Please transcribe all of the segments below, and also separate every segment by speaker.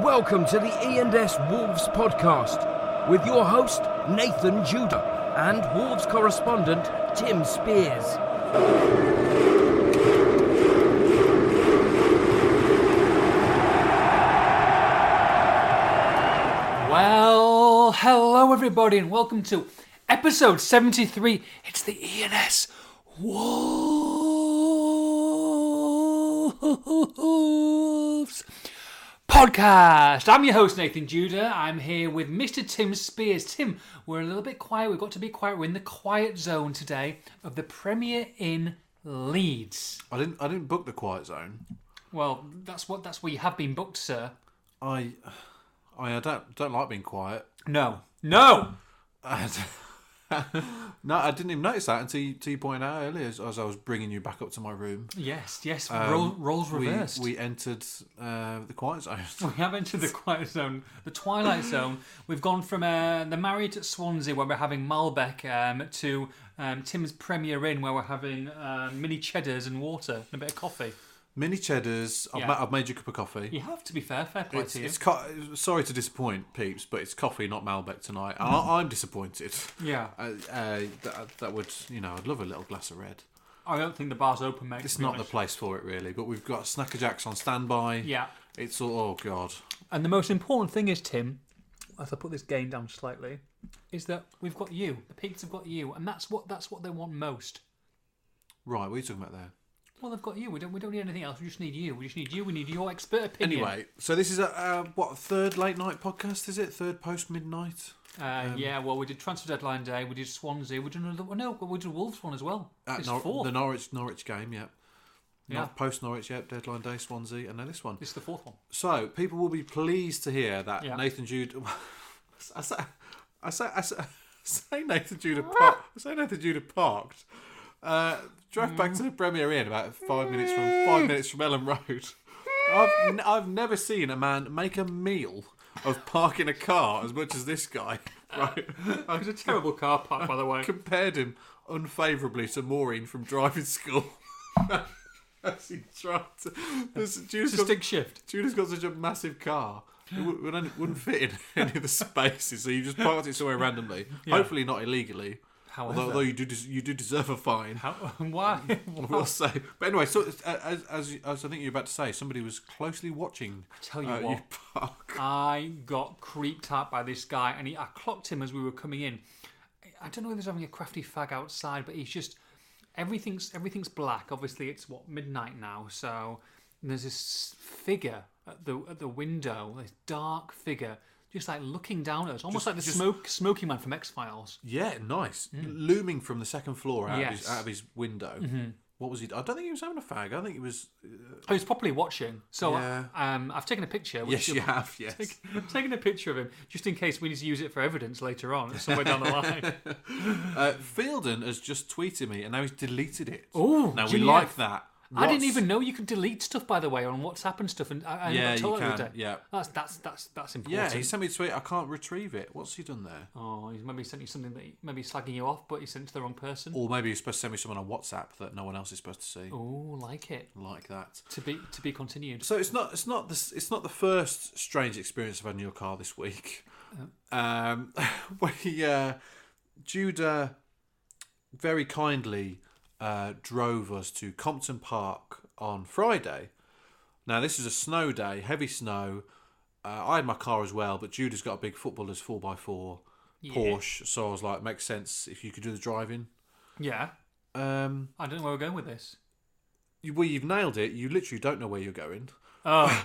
Speaker 1: Welcome to the E&S Wolves podcast with your host Nathan Judah and Wolves correspondent Tim Spears.
Speaker 2: Well, hello everybody, and welcome to episode 73. It's the E ENS Wolves podcast. I'm your host, Nathan Judah. I'm here with Mr. Tim Spears. Tim, we're a little bit quiet. We've got to be quiet. We're in the quiet zone today of the Premier in Leeds.
Speaker 3: I didn't. I didn't book the quiet zone.
Speaker 2: Well, that's what that's where you have been booked, sir.
Speaker 3: I, I don't don't like being quiet.
Speaker 2: No. No!
Speaker 3: And- no, I didn't even notice that until you, until you pointed out earlier as, as I was bringing you back up to my room.
Speaker 2: Yes, yes. Roll, roles
Speaker 3: We
Speaker 2: reversed.
Speaker 3: we entered uh, the quiet zone.
Speaker 2: We have entered the quiet zone, the twilight zone. We've gone from uh, the Marriott at Swansea, where we're having Malbec, um, to um, Tim's Premier Inn, where we're having uh, mini cheddars and water and a bit of coffee.
Speaker 3: Mini cheddars. I've,
Speaker 2: Yeah.
Speaker 3: ma- I've made you a cup of coffee.
Speaker 2: You have to be fair, fair play
Speaker 3: It's,
Speaker 2: to you.
Speaker 3: it's co- sorry to disappoint, peeps, but it's coffee, not Malbec tonight. I, I'm disappointed.
Speaker 2: Yeah,
Speaker 3: Uh, uh, that, that would, you know, I'd love a little glass of red.
Speaker 2: I don't think the bar's open, mate.
Speaker 3: It's
Speaker 2: to be
Speaker 3: not the
Speaker 2: honest.
Speaker 3: place for it, really. But we've got Snacker Jacks on standby.
Speaker 2: Yeah,
Speaker 3: It's all. Oh God.
Speaker 2: and the most important thing is Tim. As I put this game down slightly, is that we've got you. The pigs have got you, and that's what that's what they want most.
Speaker 3: Right, what are you talking about there?
Speaker 2: Well, they've got you. We don't we don't need anything else. We just need you. We just need you. We need your expert opinion.
Speaker 3: Anyway, so this is a uh, what third late night podcast is it? Third post midnight.
Speaker 2: Uh, yeah, well, we did transfer deadline day. We did Swansea. We did another. Well, no, we did Wolves one as well.
Speaker 3: At
Speaker 2: it's
Speaker 3: Nor-
Speaker 2: fourth.
Speaker 3: The Norwich Norwich game, yeah.
Speaker 2: yeah,
Speaker 3: Not post Norwich, yep. Deadline day, Swansea, and then this one.
Speaker 2: it's the fourth one.
Speaker 3: So people will be pleased to hear that
Speaker 2: Yeah.
Speaker 3: Nathan Jude. I say, I say, I say, I say Nathan Judah parked. I say Nathan Judah parked. Uh, drove back to the Premier Inn about five minutes from five minutes from Ellen Road. I've, n- I've never seen a man make a meal of parking a car as much as this guy. Right, I
Speaker 2: Oh, It's a terrible car park, by the way.
Speaker 3: compared him unfavourably to Maureen from driving school. As he tried to, this-
Speaker 2: It's a stick shift.
Speaker 3: Tudor's got such a massive car. It wou- wouldn't, wouldn't fit in any of the spaces, so you just parked it somewhere randomly. Hopefully not illegally.
Speaker 2: However,
Speaker 3: Although, although you do des- you do deserve a fine,
Speaker 2: how, why?
Speaker 3: I will say. But anyway, so it's- uh, as, as as I think you're about to say, somebody was closely watching.
Speaker 2: tell you
Speaker 3: uh,
Speaker 2: what.
Speaker 3: park.
Speaker 2: I got creeped out by this guy, and he, I clocked him as we were coming in. I don't know if he's having a crafty fag outside, but he's just everything's everything's black. Obviously, it's what midnight now, so there's this figure at the at the window, this dark figure, just like looking down at us, almost like the smoke smoky man from X Files.
Speaker 3: Yeah, nice. Looming from the second floor out, of,
Speaker 2: Mm. Yes. Mm-hmm.
Speaker 3: his, out of his window. What was he? I don't think he was having a fag. I think he was.
Speaker 2: I was properly watching, so
Speaker 3: Yeah.
Speaker 2: um, I've taken a picture.
Speaker 3: Yes,
Speaker 2: Which
Speaker 3: you have. Yes.
Speaker 2: I've taken a picture of him just in case we need to use it for evidence later on somewhere down the line.
Speaker 3: Uh, Fielden has just tweeted me, and now he's deleted it.
Speaker 2: Ooh,
Speaker 3: now we
Speaker 2: GF.
Speaker 3: like that.
Speaker 2: I didn't
Speaker 3: What's-
Speaker 2: even know you could delete stuff, by the way, on WhatsApp and stuff. And I, I
Speaker 3: Yeah,
Speaker 2: got told that the
Speaker 3: you can,
Speaker 2: other day.
Speaker 3: yeah.
Speaker 2: that's that's that's that's important.
Speaker 3: Yeah, he sent me a tweet. I can't retrieve it. What's he done there?
Speaker 2: oh, he's maybe sent you something that he, maybe he's slagging you off, but he sent it to the wrong person.
Speaker 3: Or maybe he's supposed to send me someone on WhatsApp that no one else is supposed to see,
Speaker 2: Oh, like it.
Speaker 3: like that.
Speaker 2: To be to be continued.
Speaker 3: So it's not it's not the it's not the first strange experience I've had in your car this week. Um, when he, uh, Judah very kindly uh, drove us to Compton Park on Friday. Now this is a snow day, heavy snow. Uh, I had my car as well, but Judah's got a big footballer's four x four Porsche, so I was like, makes sense if you could do the driving.
Speaker 2: Yeah,
Speaker 3: Um,
Speaker 2: I don't know where we're going with this.
Speaker 3: you, well, you've nailed it. You literally don't know where you're going.
Speaker 2: Oh,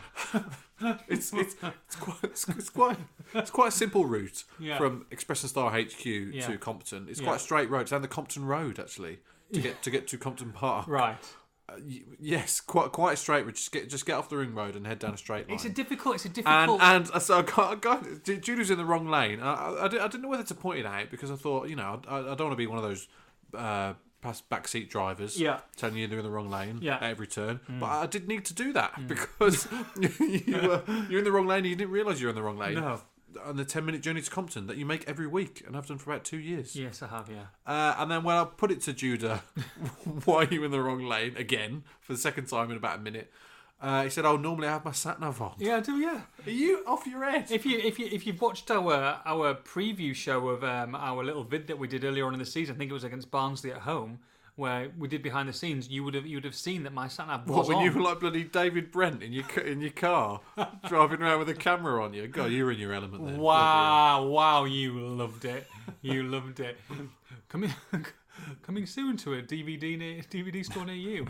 Speaker 3: it's it's it's quite it's, it's quite it's quite a simple route
Speaker 2: Yeah.
Speaker 3: from Express and Star HQ
Speaker 2: Yeah.
Speaker 3: to Compton. It's
Speaker 2: Yeah.
Speaker 3: quite a straight road. It's down the Compton Road actually to get to get to Compton Park.
Speaker 2: right.
Speaker 3: Uh, y- yes, quite quite a straight route. Just get just get off the ring road and head down a straight line.
Speaker 2: It's a difficult. It's a
Speaker 3: and
Speaker 2: difficult.
Speaker 3: and uh, so I got, I got Ju- Jude was in the wrong lane. I, I, I di- I didn't know whether to point it out because I thought you know I, I don't want to be one of those uh, pass backseat drivers
Speaker 2: Yeah.
Speaker 3: telling you they're in the wrong lane
Speaker 2: Yeah.
Speaker 3: at every turn. But I did need to do that because you were you're in the wrong lane. and You didn't realise you're in the wrong lane.
Speaker 2: No.
Speaker 3: On the ten minute journey to Compton that you make every week, and I've done for about two years.
Speaker 2: yes, I have. Yeah.
Speaker 3: Uh, and then when I put it to Judah, why are you in the wrong lane again for the second time in about a minute? Uh, he said, "Oh, normally I have my sat nav on."
Speaker 2: Yeah, I do yeah.
Speaker 3: Are you off your head?
Speaker 2: If you if you if you've watched our our preview show of um, our little vid that we did earlier on in the season, I think it was against Barnsley at home, where we did behind the scenes, you would have you would have seen that my sat nav was
Speaker 3: What, when
Speaker 2: on.
Speaker 3: you were like bloody David Brent in your ca- in your car, driving around with a camera on you? God, you were in your element then.
Speaker 2: Wow, wow, you loved it. You loved it. Coming coming soon to a DVD near, DVD store near you.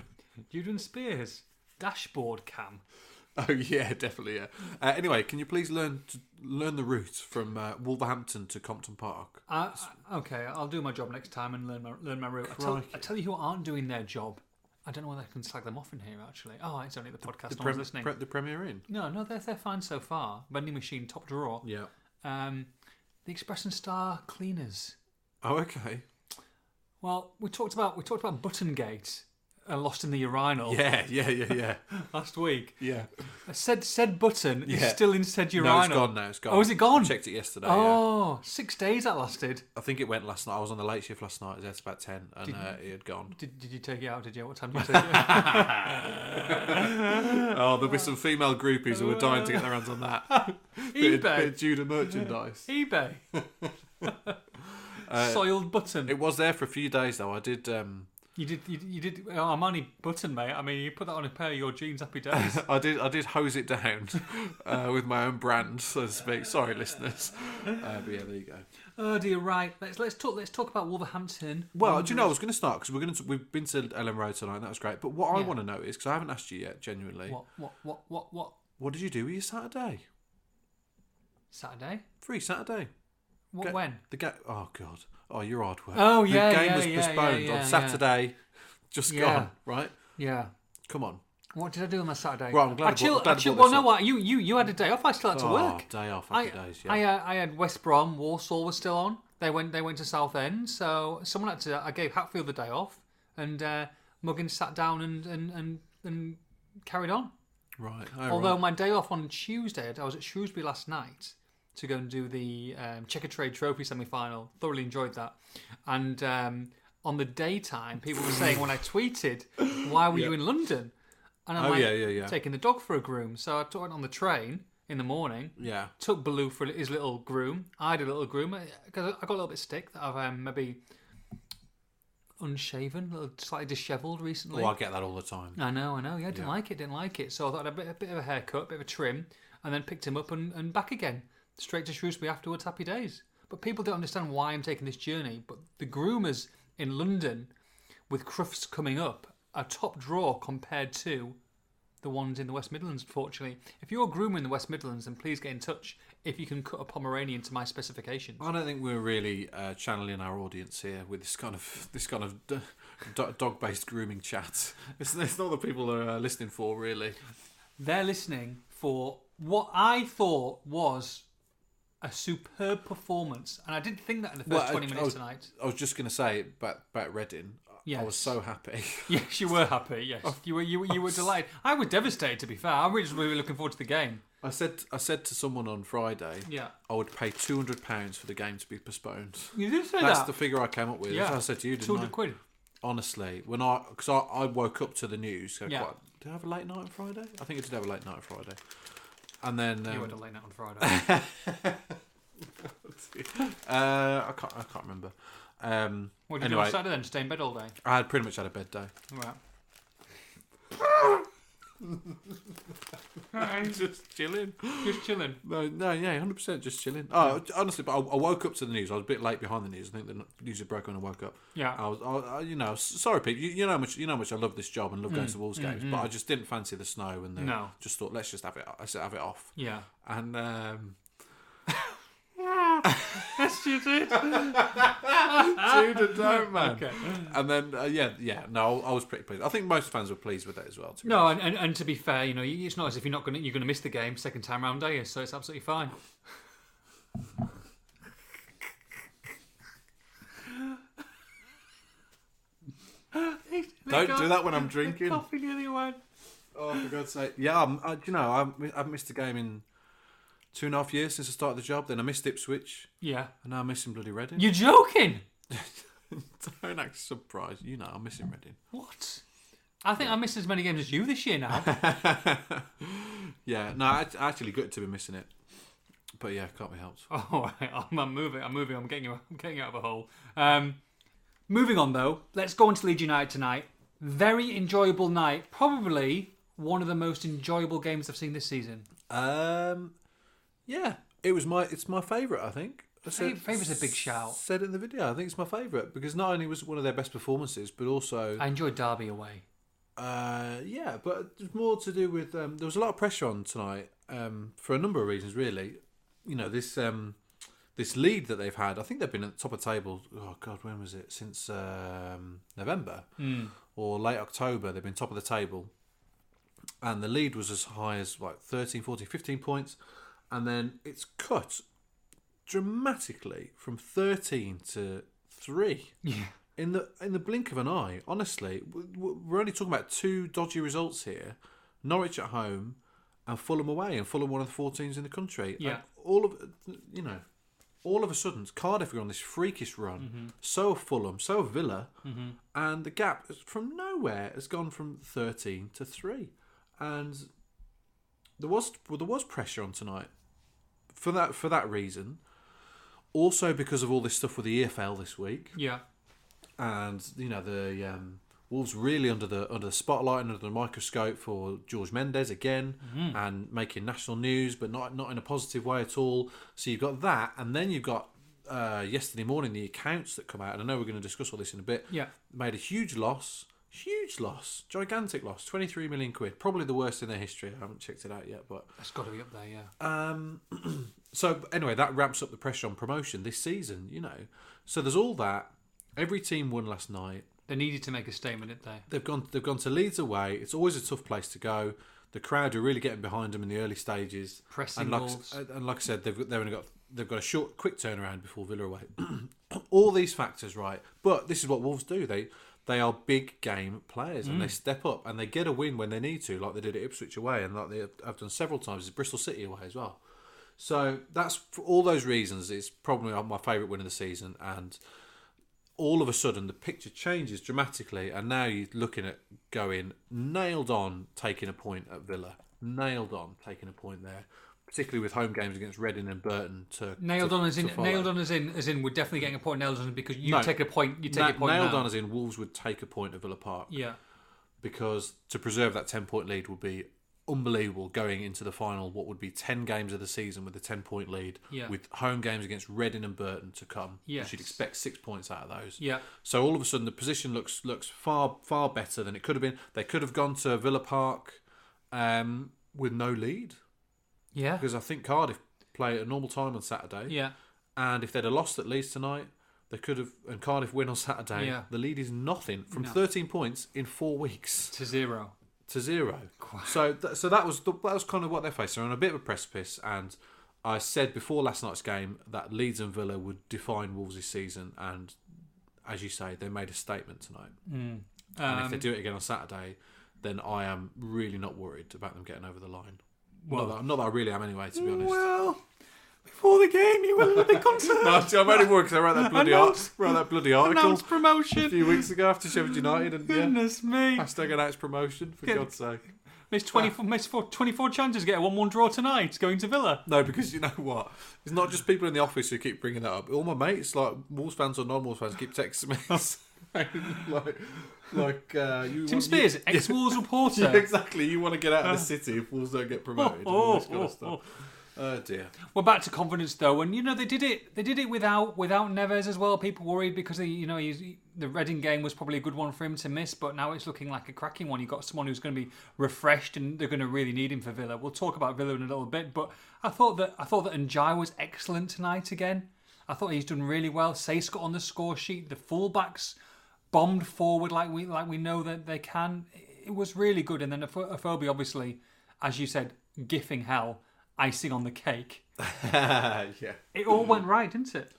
Speaker 2: Juden Spears dashboard cam.
Speaker 3: Oh yeah, definitely yeah. Uh, anyway, can you please learn to learn the route from uh, Wolverhampton to Compton Park?
Speaker 2: I, I- okay, I'll do my job next time and learn my learn my route. I tell, I
Speaker 3: Crikey.
Speaker 2: tell you who aren't doing their job. I don't know whether I can slag them off in here. Actually, oh, it's only the podcast. no one's
Speaker 3: Prem-
Speaker 2: listening.
Speaker 3: pre- the Premier Inn.
Speaker 2: no, no, they're they're fine so far. Vending machine, top drawer.
Speaker 3: Yeah.
Speaker 2: Um, the Express and Star cleaners.
Speaker 3: Oh okay.
Speaker 2: Well, we talked about we talked about Buttongate, uh, lost in the urinal
Speaker 3: Yeah yeah yeah yeah
Speaker 2: last week. Uh,
Speaker 3: yeah.
Speaker 2: Said said Button
Speaker 3: Yeah.
Speaker 2: is still in said urinal.
Speaker 3: No, it's gone now. It's gone.
Speaker 2: Oh, is it gone?
Speaker 3: I checked it yesterday. yeah.
Speaker 2: Oh, six days that lasted.
Speaker 3: I think it went last night. I was on the late shift last night. It was out to about ten, and uh, it had gone.
Speaker 2: Did, did you take it out? Did you? What time did you take it? out?
Speaker 3: Oh, there'll be some female groupies who were dying to get their hands on that. bit, of, bit of
Speaker 2: eBay,
Speaker 3: Judah merchandise.
Speaker 2: eBay. Soiled button.
Speaker 3: It was there for a few days though. I did. Um,
Speaker 2: you did. You, you did uh, Armani button, mate. I mean, you put that on a pair of your jeans. Happy days.
Speaker 3: I did. I did hose it down uh, with my own brand, so to speak. Sorry, listeners. Uh, but yeah, there you go.
Speaker 2: oh dear, right. Let's let's talk. Let's talk about Wolverhampton.
Speaker 3: Well, do you know? I was going to start because we're going to we've been to Ellen Road tonight. and That was great. But what I
Speaker 2: Yeah.
Speaker 3: want to know is because I haven't asked you yet. Genuinely, what?
Speaker 2: What what what what what
Speaker 3: did you do with your Saturday?
Speaker 2: Saturday?
Speaker 3: Free Saturday.
Speaker 2: What
Speaker 3: Ga-
Speaker 2: when?
Speaker 3: The game. Oh God. Oh, you're hard work.
Speaker 2: Oh,
Speaker 3: The
Speaker 2: yeah,
Speaker 3: game
Speaker 2: yeah,
Speaker 3: was
Speaker 2: yeah,
Speaker 3: postponed
Speaker 2: yeah, yeah,
Speaker 3: on
Speaker 2: yeah.
Speaker 3: Saturday. Just
Speaker 2: Yeah.
Speaker 3: gone. Right.
Speaker 2: Yeah.
Speaker 3: Come on.
Speaker 2: What did I do on my Saturday?
Speaker 3: Right, I'm glad
Speaker 2: I chill,
Speaker 3: I brought- glad I
Speaker 2: I chill,
Speaker 3: brought
Speaker 2: well,
Speaker 3: this
Speaker 2: no,
Speaker 3: up.
Speaker 2: what you you you had a day off. I still had to
Speaker 3: Oh,
Speaker 2: work.
Speaker 3: day off.
Speaker 2: I,
Speaker 3: Happy days. Yeah.
Speaker 2: I, uh, I had West Brom, Warsaw was still on. They went they went to Southend, so someone had to. I gave Hatfield the day off, and uh, Muggins sat down and and and, and carried on.
Speaker 3: right. Oh,
Speaker 2: Although
Speaker 3: right.
Speaker 2: my day off on Tuesday, I was at Shrewsbury last night to go and do the um, Checker Trade Trophy semi final. Thoroughly enjoyed that. And um, on the daytime, people were saying when I tweeted, "Why were you in London?" And I'm
Speaker 3: Oh,
Speaker 2: like,
Speaker 3: yeah, yeah, yeah.
Speaker 2: taking the dog for a groom. So I took it on the train in the morning.
Speaker 3: Yeah.
Speaker 2: Took Baloo for his little groom. I had a little groom because I got a little bit sick. That I've um, maybe unshaven, a little slightly dishevelled recently.
Speaker 3: Oh, I get that all the time.
Speaker 2: I know, I know. Yeah, didn't like it, didn't like it. So I thought I'd a bit, a bit of a haircut, a bit of a trim, and then picked him up and, and back again, straight to Shrewsbury afterwards. Happy days. But people don't understand why I'm taking this journey. But the groomers in London, with Crufts coming up, are top draw compared to the ones in the West Midlands. Fortunately, if you're a groomer in the West Midlands, then please get in touch if you can cut a Pomeranian to my specifications.
Speaker 3: I don't think we're really uh, channeling our audience here with this kind of this kind of d- do- dog-based grooming chat. It's, it's not the people that are uh, listening for really.
Speaker 2: They're listening for what I thought was a superb performance, and I did think that in the first
Speaker 3: Well, I-
Speaker 2: twenty
Speaker 3: I
Speaker 2: minutes
Speaker 3: was-
Speaker 2: tonight.
Speaker 3: I was just going to say about about Reading. I- I was
Speaker 2: Yes.
Speaker 3: so happy.
Speaker 2: Yes, you were happy. Yes,
Speaker 3: Oh.
Speaker 2: you were. You, were- you were delighted. I was devastated. To be fair, I was just really looking forward to the game.
Speaker 3: I said I said to someone on Friday,
Speaker 2: Yeah,
Speaker 3: I would pay two hundred pounds for the game to be postponed.
Speaker 2: you did say
Speaker 3: That's
Speaker 2: that.
Speaker 3: the figure I came up with. That's
Speaker 2: Yeah.
Speaker 3: what I said to you,
Speaker 2: Two
Speaker 3: didn't I?
Speaker 2: hundred quid.
Speaker 3: Honestly, when I because I, I woke up to the news. so
Speaker 2: Yeah.
Speaker 3: quite- did I have a late night on Friday? I think I did have a late night on Friday. And then
Speaker 2: You
Speaker 3: um,
Speaker 2: had a late night on Friday.
Speaker 3: Uh, I can't. I can't remember. Um,
Speaker 2: What did you do
Speaker 3: anyway,
Speaker 2: on Saturday then? Stay in bed all day.
Speaker 3: I had pretty much had a bed day.
Speaker 2: Right.
Speaker 3: just chilling.
Speaker 2: Just chilling.
Speaker 3: No, no, yeah, hundred percent, just chilling. Oh, honestly, but I, I woke up to the news. I was a bit late behind the news. I think the news had broken when I woke up.
Speaker 2: Yeah.
Speaker 3: I was, I, I, you know, s- sorry, Pete. You, you know how much, you know how much I love this job and love going to Wolves games, but I just didn't fancy the snow and the,
Speaker 2: Mm, No.
Speaker 3: just thought let's just have it. I said have it off,
Speaker 2: Yeah.
Speaker 3: and um,
Speaker 2: Yes, you did.
Speaker 3: Judah, don't man.
Speaker 2: Okay.
Speaker 3: And then uh, yeah, yeah, no, I was pretty pleased. I think most fans were pleased with it as well. To be
Speaker 2: No, and, and, and to be fair, you know, you- it's not as if you're not going to you're going to miss the game second time round, are you? So it's absolutely fine.
Speaker 3: Don't do that when I'm drinking.
Speaker 2: Coffee nearly went.
Speaker 3: Oh, for God's sake. Yeah, I'm, I, do you know, I'm, I've missed a game in two and a half years since I started the job. Then I missed Ipswich,
Speaker 2: Yeah.
Speaker 3: and now I'm missing bloody Reading.
Speaker 2: You're joking.
Speaker 3: Don't act surprised. You know, I'm missing Reading.
Speaker 2: What? I think I missed as many games as you this year now.
Speaker 3: yeah, no, I, actually good to be missing it. But yeah, can't be helped.
Speaker 2: Oh, All right, I'm, I'm moving. I'm moving. I'm getting you. I'm getting you out of a hole. Um, moving on though, let's go into Leeds United tonight. Very enjoyable night. Probably one of the most enjoyable games I've seen this season.
Speaker 3: Um, yeah, it was my it's my favourite. I think. I said-
Speaker 2: Fav- favourite's a big shout.
Speaker 3: Said it in the video. I think it's my favourite because not only was it one of their best performances, but also
Speaker 2: I enjoyed Derby away.
Speaker 3: Uh, yeah, but it's more to do with um, there was a lot of pressure on tonight um, for a number of reasons, really. You know this um, this lead that they've had. I think they've been at the top of table. Oh God, when was it? Since um, November or late October, they've been top of the table, and the lead was as high as like 13, 14, 15 points, and then it's cut dramatically from thirteen to three
Speaker 2: Yeah.
Speaker 3: in the in the blink of an eye, honestly, w- w- we're only talking about two dodgy results here: Norwich at home and Fulham away, and Fulham one of the four teams in the country.
Speaker 2: Yeah.
Speaker 3: And all of you know, all of a sudden, Cardiff are on this freakish run. So are Fulham, so are Villa, and the gap is- from nowhere has gone from thirteen to three, and there was well, there was pressure on tonight for that for that reason. Also, because of all this stuff with the EFL this week,
Speaker 2: Yeah.
Speaker 3: and you know the um, Wolves really under the under the spotlight and under the microscope for George Mendes again, and making national news, but not not in a positive way at all. So you've got that, and then you've got uh, yesterday morning the accounts that come out, and I know we're going to discuss all this in a bit.
Speaker 2: Yeah.
Speaker 3: made a huge loss, huge loss, gigantic loss, twenty three million quid, probably the worst in their history. I haven't checked it out yet, but
Speaker 2: That's got to be up there. Yeah.
Speaker 3: um, so anyway, that ramps up the pressure on promotion this season. You know, so there's all that. Every team won last night.
Speaker 2: They needed to make a statement, didn't they?
Speaker 3: They've gone. They've gone to Leeds away. It's always a tough place to go. The crowd are really getting behind them in the early stages.
Speaker 2: Pressing
Speaker 3: and like,
Speaker 2: Wolves.
Speaker 3: and- and like I said, they've got, they've only got they've got a short, quick turnaround before Villa away. All these factors, right? But this is what Wolves do. They they are big game players and they step up and they get a win when they need to, like they did at Ipswich away and like they have I've done several times at Bristol City away as well. So that's for all those reasons. It's probably my favourite win of the season, and all of a sudden the picture changes dramatically, and now you're looking at going nailed on taking a point at Villa, nailed on taking a point there, particularly with home games against Reading and Burton. To
Speaker 2: Nailed
Speaker 3: to-
Speaker 2: on as in
Speaker 3: to follow.
Speaker 2: nailed on as in as in we're definitely getting a point. Nailed on because you
Speaker 3: No.
Speaker 2: take a point. You take
Speaker 3: Na-
Speaker 2: a point.
Speaker 3: nailed
Speaker 2: now.
Speaker 3: on as in Wolves would take a point at Villa Park
Speaker 2: Yeah.
Speaker 3: because to preserve that 10 point lead would be unbelievable going into the final what would be 10 games of the season with a 10 point lead
Speaker 2: Yeah.
Speaker 3: with home games against Reading and Burton to come you
Speaker 2: Yes.
Speaker 3: should expect 6 points out of those
Speaker 2: Yeah.
Speaker 3: so all of a sudden the position looks looks far far better than it could have been they could have gone to Villa Park um, with no lead
Speaker 2: Yeah.
Speaker 3: because I think Cardiff play at a normal time on Saturday
Speaker 2: Yeah.
Speaker 3: and if they'd have lost at Leeds tonight, they could have. And Cardiff win on Saturday.
Speaker 2: Yeah.
Speaker 3: The lead is nothing from
Speaker 2: No.
Speaker 3: 13 points in four weeks
Speaker 2: To zero.
Speaker 3: to zero. So, th- so that was the, that was kind of what they're facing. They're on a bit of a precipice. And I said before last night's game that Leeds and Villa would define Wolves' this season. And as you say, they made a statement tonight.
Speaker 2: Um,
Speaker 3: and if they do it again on Saturday, then I am really not worried about them getting over the line. Well, not that, not that I really am anyway, to be honest.
Speaker 2: Well, before the game, you were a bit concerned.
Speaker 3: No, see, I'm only worried because I wrote that bloody art,
Speaker 2: Announced-
Speaker 3: wrote that bloody article
Speaker 2: Announced
Speaker 3: a
Speaker 2: promotion.
Speaker 3: few weeks ago after Sheffield United, and yeah,
Speaker 2: Goodness me.
Speaker 3: hashtag announced promotion for
Speaker 2: Good.
Speaker 3: God's sake.
Speaker 2: Missed
Speaker 3: Ah.
Speaker 2: 24, missed four, 24 chances, get a 1 1 draw tonight, going to Villa.
Speaker 3: No, because you know what? It's not just people in the office who keep bringing that up. All my mates, like Wolves fans or non-Wolves fans, keep texting me saying, like, like uh, you.
Speaker 2: Tim
Speaker 3: want-
Speaker 2: Spears,
Speaker 3: you-
Speaker 2: ex Wolves reporter.
Speaker 3: Yeah, exactly. You want to get out of the city if Wolves don't get promoted. all this kind of
Speaker 2: oh,
Speaker 3: stuff. Oh dear.
Speaker 2: We're back to confidence though, and you know they did it. They did it without without Neves as well. People worried because they, you know he's, the Reading game was probably a good one for him to miss, but now it's looking like a cracking one. You've got someone who's going to be refreshed, and they're going to really need him for Villa. We'll talk about Villa in a little bit, but I thought that I thought that Njai was excellent tonight again. I thought he's done really well. Sace got on the score sheet. The fullbacks bombed forward like we like we know that they can. It was really good, and then Aphobia obviously, as you said, gifting hell, icing on the cake.
Speaker 3: yeah.
Speaker 2: It all went right, didn't it?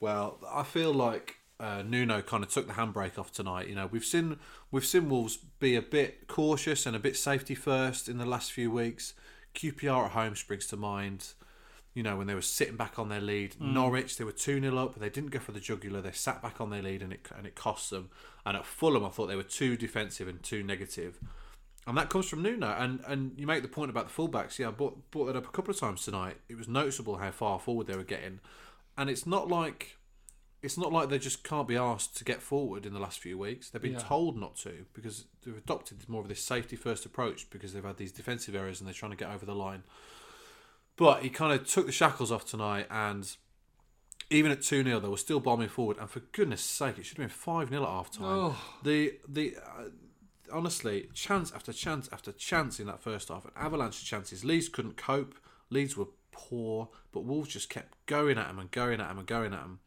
Speaker 3: Well, I feel like uh, Nuno kind of took the handbrake off tonight. You know, we've seen we've seen Wolves be a bit cautious and a bit safety first in the last few weeks. QPR at home springs to mind. you know, when they were sitting back on their lead. Norwich, they were 2 0 up. They didn't go for the jugular. They sat back on their lead and it, and it cost them. And at Fulham, I thought they were too defensive and too negative. And that comes from Nuno. And, and you make the point about the fullbacks. Yeah, I brought, brought that up a couple of times tonight. It was noticeable how far forward they were getting. And it's not like it's not like they just can't be asked to get forward in the last few weeks. They've been
Speaker 2: Yeah.
Speaker 3: told not to because they've adopted more of this safety first approach because they've had these defensive errors and they're trying to get over the line. But he kind of took the shackles off tonight and even at 2 0, they were still bombing forward. And for goodness sake, it should have been 5 0 at half time. The, the, uh, honestly, chance after chance after chance in that first half, an avalanche of chances. Leeds couldn't cope. Leeds were poor, but Wolves just kept going at them and going at them and going at them.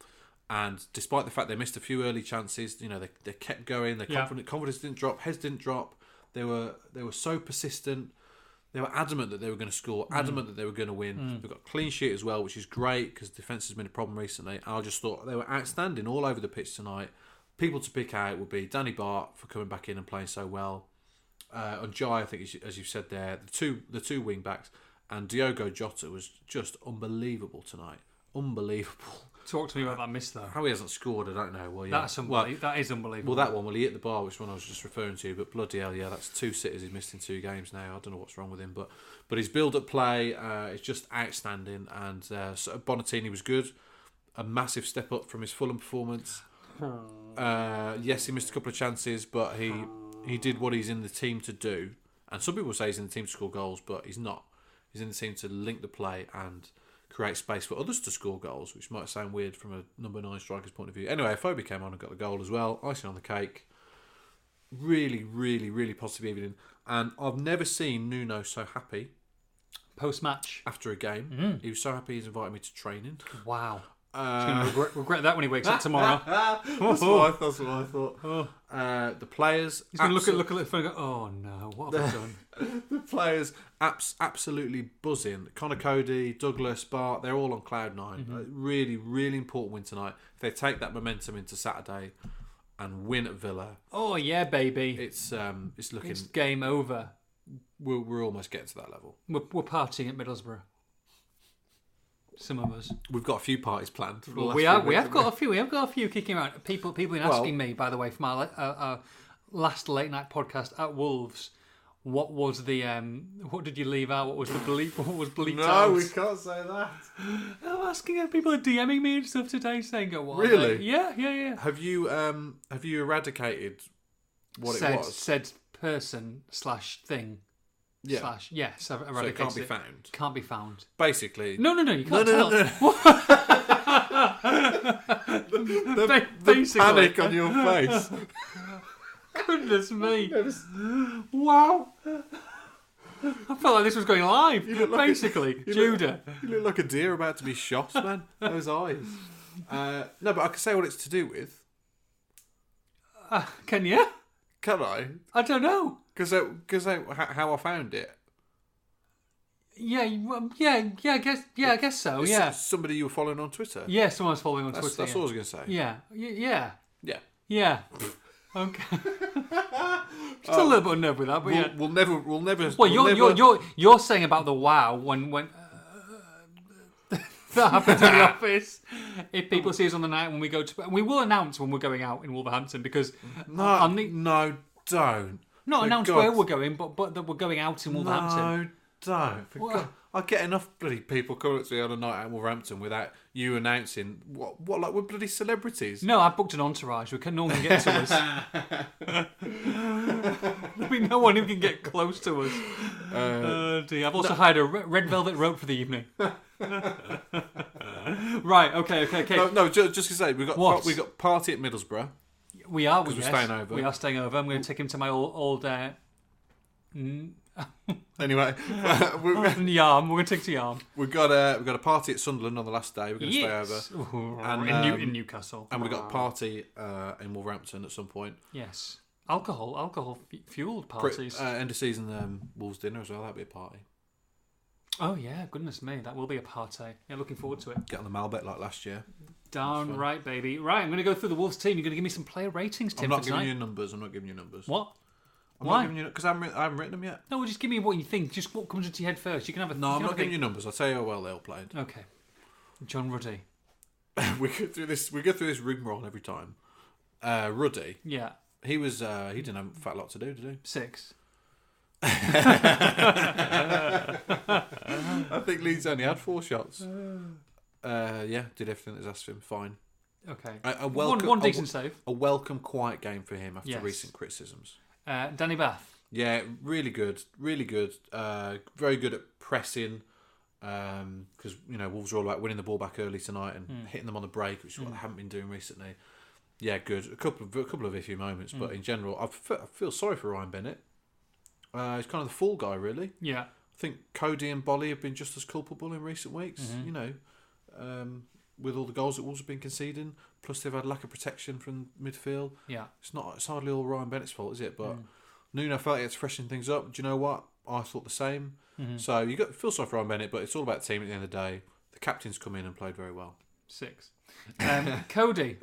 Speaker 3: And despite the fact they missed a few early chances, you know they, they kept going. Their
Speaker 2: Yeah.
Speaker 3: confidence, confidence didn't drop, heads didn't drop. They were they were so persistent. They were adamant that they were going to score, adamant that they were going to win. They've got a clean sheet as well, which is great because defense has been a problem recently. And I just thought they were outstanding all over the pitch tonight. People to pick out would be Danny Bart for coming back in and playing so well, uh, and Jai, I think, as you- as you've said there, the two the two wing backs, and Diogo Jota was just unbelievable tonight. Unbelievable.
Speaker 2: Talk to me about that miss though.
Speaker 3: How he hasn't scored, I don't know. Well, yeah,
Speaker 2: That's
Speaker 3: well,
Speaker 2: unbelievable. that is unbelievable.
Speaker 3: well, that one, well, he hit the bar, which one I was just referring to, but bloody hell, yeah, that's two sitters he's missed in two games now. I don't know what's wrong with him, but but his build-up play uh, is just outstanding, and uh, so Bonatini was good, a massive step up from his Fulham performance. Uh, yes, he missed a couple of chances, but he he did what he's in the team to do, and some people say he's in the team to score goals, but he's not. He's in the team to link the play and create space for others to score goals, which might sound weird from a number nine striker's point of view. Anyway, Phoebe came on and got the goal as well, icing on the cake. Really, really, really positive evening, and I've never seen Nuno so happy
Speaker 2: Post match.
Speaker 3: after a game.
Speaker 2: Mm.
Speaker 3: He was so happy he's invited me to training. Uh,
Speaker 2: Wow. He's going to regret, regret that when he wakes up tomorrow.
Speaker 3: that's, what I, that's what I thought. Uh, the players.
Speaker 2: He's going to look at
Speaker 3: abso-
Speaker 2: look at the phone and go, oh no, what have I done?
Speaker 3: the players abs- absolutely buzzing. Connor Cody, Douglas, Bart, they're all on cloud 9
Speaker 2: Mm-hmm.
Speaker 3: A really, really important win tonight. If they take that momentum into Saturday and win at Villa,
Speaker 2: Oh yeah, baby.
Speaker 3: it's um, it's looking.
Speaker 2: It's game over.
Speaker 3: we're, we're almost getting to that level.
Speaker 2: We're, we're partying at Middlesbrough. Some of us.
Speaker 3: We've got a few parties planned. for the last
Speaker 2: we
Speaker 3: few
Speaker 2: have we
Speaker 3: weeks,
Speaker 2: have got a few. We have got a few kicking around. People people have been
Speaker 3: Well-
Speaker 2: asking me, by the way, from our, uh, our last late night podcast at Wolves, what was the um, what did you leave out? What was the bleep? What was bleeped out?
Speaker 3: can't say that.
Speaker 2: I'm asking uh, people are DMing me and stuff today saying, "Go what?" are
Speaker 3: Really?
Speaker 2: they?" Yeah, yeah, yeah.
Speaker 3: Have you um have you eradicated what
Speaker 2: said,
Speaker 3: it was?
Speaker 2: said person slash thing
Speaker 3: yeah,
Speaker 2: slash yes. I've
Speaker 3: so it
Speaker 2: eradicated
Speaker 3: can't be found.
Speaker 2: Can't be found.
Speaker 3: Basically,
Speaker 2: No, no, no. You can't
Speaker 3: no,
Speaker 2: tell.
Speaker 3: no,
Speaker 2: Ba-
Speaker 3: the
Speaker 2: basically,
Speaker 3: panic on your face.
Speaker 2: goodness me.
Speaker 3: wow,
Speaker 2: I felt like this was going live.
Speaker 3: look like a-
Speaker 2: Basically, Judah.
Speaker 3: you look like a deer about to be shot, man. Those eyes. Uh, no, but I can say what it's to do with,
Speaker 2: Uh, can you?
Speaker 3: can I?
Speaker 2: I don't know.
Speaker 3: Because because how I found it.
Speaker 2: Yeah, you- um, yeah, yeah. I guess, yeah, I guess so. Oh, Yeah,
Speaker 3: S- somebody you were following on Twitter.
Speaker 2: yeah. Someone's following on
Speaker 3: that's,
Speaker 2: Twitter.
Speaker 3: that's all I was gonna say.
Speaker 2: yeah. yeah, Y- yeah,
Speaker 3: yeah.
Speaker 2: yeah. Okay. Just a little bit unnerved with that, but
Speaker 3: We'll,
Speaker 2: Oh, yeah.
Speaker 3: we'll never, we'll never.
Speaker 2: Well,
Speaker 3: we'll
Speaker 2: you're,
Speaker 3: never,
Speaker 2: you're you're you're saying about the wow when when uh, that happens in the office. If people see us on the night when we go to, we will announce when we're going out in Wolverhampton because
Speaker 3: no,
Speaker 2: on the-
Speaker 3: no, don't.
Speaker 2: not
Speaker 3: For
Speaker 2: announce
Speaker 3: God's
Speaker 2: where we're going, but but that we're going out in Wolverhampton.
Speaker 3: No, don't. For
Speaker 2: What?
Speaker 3: God- I get enough bloody people coming up to me on a night out in Wolverhampton without you announcing what, what like we're bloody celebrities.
Speaker 2: No, I booked an entourage. We can no one get to us. I mean, no one even can get close to us. Uh, dear. I've also hired a re- red velvet rope for the evening. right. Okay. Okay. Okay.
Speaker 3: No, no, just, just to say we got
Speaker 2: What?
Speaker 3: we got party at Middlesbrough.
Speaker 2: we are. Yes,
Speaker 3: we're staying over.
Speaker 2: We are staying over. I'm going to take him to my old old uh,
Speaker 3: Anyway, we,
Speaker 2: yarm. We're going to take to yarm.
Speaker 3: we got a we got a party at Sunderland on the last day. We're going to
Speaker 2: Yes.
Speaker 3: stay over,
Speaker 2: Ooh,
Speaker 3: And,
Speaker 2: in, New,
Speaker 3: um,
Speaker 2: in Newcastle.
Speaker 3: and we got a party uh, in Wolverhampton at some point.
Speaker 2: yes. Alcohol. Alcohol f- fueled
Speaker 3: Pre-
Speaker 2: parties.
Speaker 3: uh, end of season um, Wolves dinner as well. That'd be a party.
Speaker 2: oh yeah. Goodness me. That will be a party. Yeah. Looking forward to it.
Speaker 3: Get on the Malbec like last year.
Speaker 2: Down right, baby. Right, I'm going to go through the Wolves team. You're going to give me some player ratings, Tim.
Speaker 3: I'm not
Speaker 2: for
Speaker 3: giving
Speaker 2: tonight.
Speaker 3: you numbers. I'm not giving you numbers.
Speaker 2: what?
Speaker 3: I'm
Speaker 2: Why?
Speaker 3: not giving you because I haven't, writ- I haven't written them yet.
Speaker 2: No, well, just give me what you think. Just what comes into your head first. You can have a.
Speaker 3: No, I'm
Speaker 2: you
Speaker 3: not
Speaker 2: can
Speaker 3: giving you numbers. I'll tell you how well they all played.
Speaker 2: have a think. Okay. John Ruddy.
Speaker 3: we go through this. We go through this rigmarole every time. Uh, Ruddy,
Speaker 2: Yeah.
Speaker 3: he was. Uh, he didn't have a fat lot to do, did he?
Speaker 2: Six.
Speaker 3: I think Leeds only had four shots. Uh, yeah, did everything that was asked of him. Fine.
Speaker 2: Okay.
Speaker 3: A, a Uh, welcome,
Speaker 2: one, one
Speaker 3: a w-
Speaker 2: decent save.
Speaker 3: a, welcome, quiet game for him after
Speaker 2: Yes.
Speaker 3: recent criticisms.
Speaker 2: Uh, Danny Bath.
Speaker 3: Yeah, really good, really good. Uh, very good at pressing because you know Wolves are all about winning the ball back early tonight and hitting them on the break, which is what they haven't been doing recently. Yeah, good. A couple of a couple of iffy moments, but in general, I fe- I feel sorry for Ryan Bennett. Uh, he's kind of the fall guy, really.
Speaker 2: Yeah.
Speaker 3: I think Cody and Bolly have been just as culpable in recent weeks. You know, um, with all the goals that Wolves have been conceding, plus they've had lack of protection from midfield.
Speaker 2: Yeah.
Speaker 3: It's not. It's hardly all Ryan Bennett's fault, is it? But Nuno felt he had to freshen things up. Do you know what? I thought the same. So you got feel sorry for Ryan Bennett, but it's all about the team at the end of the day. The captain's come in and played very well.
Speaker 2: Six. Um, Cody.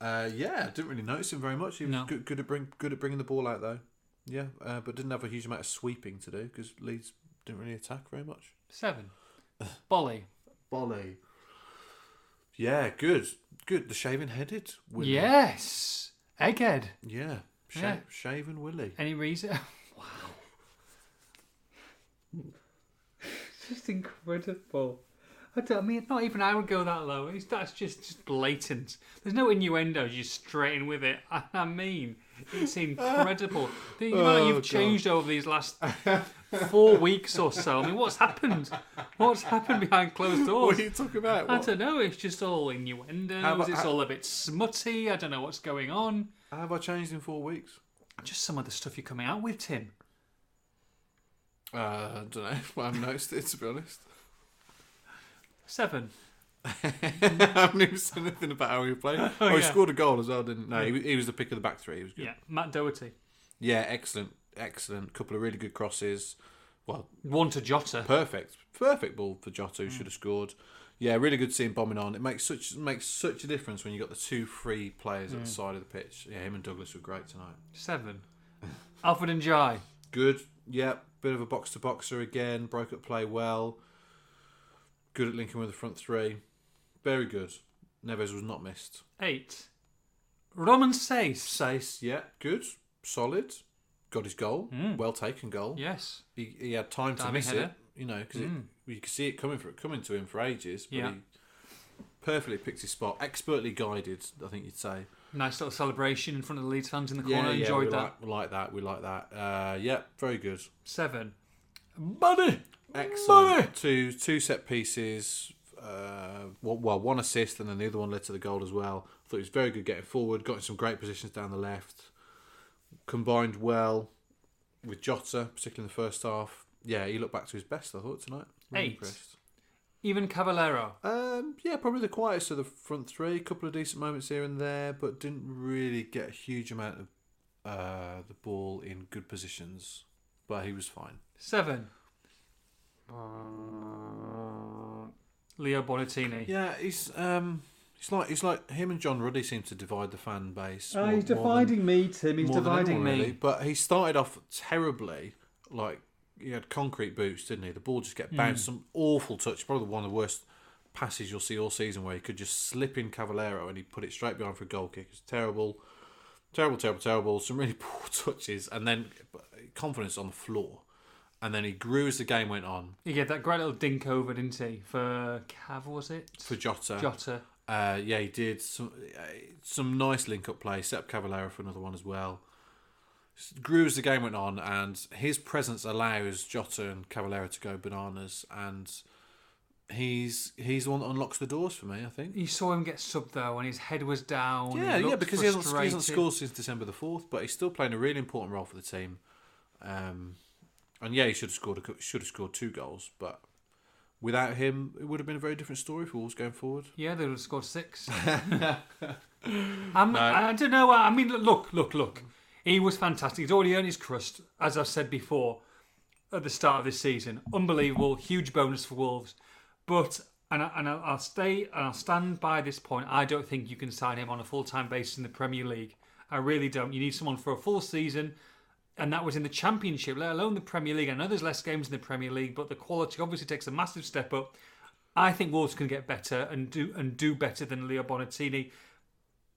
Speaker 3: Uh, yeah, didn't really notice him very much. He was
Speaker 2: No.
Speaker 3: good, good at bring good at bringing the ball out though. Yeah, uh, but didn't have a huge amount of sweeping to do because Leeds didn't really attack very much.
Speaker 2: Seven.
Speaker 3: Uh,
Speaker 2: Bolly.
Speaker 3: Bolly. Yeah, good, good. The shaven headed.
Speaker 2: Yes. Egghead.
Speaker 3: Yeah. Sha-
Speaker 2: Yeah.
Speaker 3: Shaven Willie.
Speaker 2: Any reason? wow. just incredible. I, don't, I mean, not even I would go that low. It's, that's just, just blatant. There's no innuendo. You're just straight in with it. I mean, it's incredible. the amount
Speaker 3: Oh,
Speaker 2: you've
Speaker 3: God.
Speaker 2: changed over these last four weeks or so. I mean, what's happened? What's happened behind closed doors?
Speaker 3: What are you talking about?
Speaker 2: I
Speaker 3: What-
Speaker 2: don't know. It's just all innuendos.
Speaker 3: How about-
Speaker 2: it's
Speaker 3: how-
Speaker 2: all a bit smutty. I don't know what's going on.
Speaker 3: How have I changed in four weeks?
Speaker 2: Just some of the stuff you're coming out with, Tim.
Speaker 3: Uh, I don't know. Well, I've noticed it to be honest.
Speaker 2: Seven.
Speaker 3: I haven't even said anything about how he played. Oh, he
Speaker 2: Hmm. yeah.
Speaker 3: scored a goal as well, didn't he? No, he, he was the pick of the back three. He was good.
Speaker 2: Yeah, Matt Doherty.
Speaker 3: Yeah, excellent, excellent. Couple of really good crosses. Well,
Speaker 2: One to Jota.
Speaker 3: perfect, perfect ball for Jota, who
Speaker 2: Hmm.
Speaker 3: should have scored. Yeah, really good seeing bombing on. It makes such makes such a difference when you have got the two free players
Speaker 2: Hmm.
Speaker 3: at the side of the pitch. Yeah, him and Douglas were great tonight.
Speaker 2: Seven. Alfred and Jai.
Speaker 3: Good. Yeah, bit of a box to boxer again. Broke up play well. Good at linking with the front three. Very good. Neves was not missed.
Speaker 2: Eight. Roman Sace.
Speaker 3: Sace, yeah, good, solid. Got his goal. Well taken goal.
Speaker 2: Yes.
Speaker 3: He, he had Hmm. time eh? Hmm. to
Speaker 2: Diving
Speaker 3: miss
Speaker 2: header.
Speaker 3: it, you know, because you could see it coming for coming to him for ages. But
Speaker 2: Yeah.
Speaker 3: he perfectly picked his spot. Expertly guided, I think you'd say.
Speaker 2: Nice little celebration in front of the Leeds fans in the corner. Enjoyed
Speaker 3: we
Speaker 2: that.
Speaker 3: Like, we like that. We like that. Uh, yeah, very good.
Speaker 2: Seven. Buddy.
Speaker 3: Excellent. Two two set pieces. Uh, well, well, one assist and then the other one led to the goal as well. I thought he was very good getting forward. Got in some great positions down the left. Combined well with Jota, particularly in the first half. Yeah, he looked back to his best. I thought tonight. Really
Speaker 2: Eight.
Speaker 3: impressed.
Speaker 2: Even Cavallero.
Speaker 3: Um, yeah, probably the quietest of the front three. couple of decent moments here and there, but didn't really get a huge amount of uh, the ball in good positions. But he was fine.
Speaker 2: Seven. Leo Bonatini.
Speaker 3: Yeah, he's um, it's like it's like him and John Ruddy seem to divide the fan base.
Speaker 2: Uh,
Speaker 3: more- more than-
Speaker 2: me, Tim.
Speaker 3: more than anyone, really. But he started off terribly. Like he had concrete boots, didn't he? The ball just get bounced. Some awful touch. Probably one of the worst passes you'll see all season, where he could just slip in Cavallero and he put it straight behind for a goal kick. It's terrible, terrible, terrible, terrible. Some really poor touches, and then confidence on the floor. And then he grew as the game went on
Speaker 2: He gave that great little dink over, didn't he? For Cav, was it?
Speaker 3: for Jota.
Speaker 2: Jota.
Speaker 3: Uh, yeah, he did some uh, some nice link up play. Set up Cavallero for another one as well. Grew as the game went on, and his presence allows Jota and Cavallero to go bananas. And he's he's the one that unlocks the doors for me. I think.
Speaker 2: You saw him get subbed though, and his head was down.
Speaker 3: Yeah,
Speaker 2: he
Speaker 3: yeah,
Speaker 2: looked
Speaker 3: because he hasn't, he hasn't
Speaker 2: frustrated.
Speaker 3: scored since December the fourth, but he's still playing a really important role for the team. Um, and yeah, he should have scored a, cou- should have scored two goals, but without him, it would have been a very different story for Wolves going forward.
Speaker 2: Yeah, they would have scored six. I'm, I don't know. I mean, look, look, look. He was fantastic. He's already earned his crust, as I've said before, at the start of this season. Unbelievable, huge bonus for Wolves. But and I, and I'll I'll stay and I'll stand by this point. I don't think you can sign him on a full time basis in the Premier League. I really don't. You need someone for a full season. and that was in the Championship, let alone the Premier League. I know there's less games in the Premier League, but the quality obviously takes a massive step up. I think Wolves can get better and do and do better than Leo Bonatini.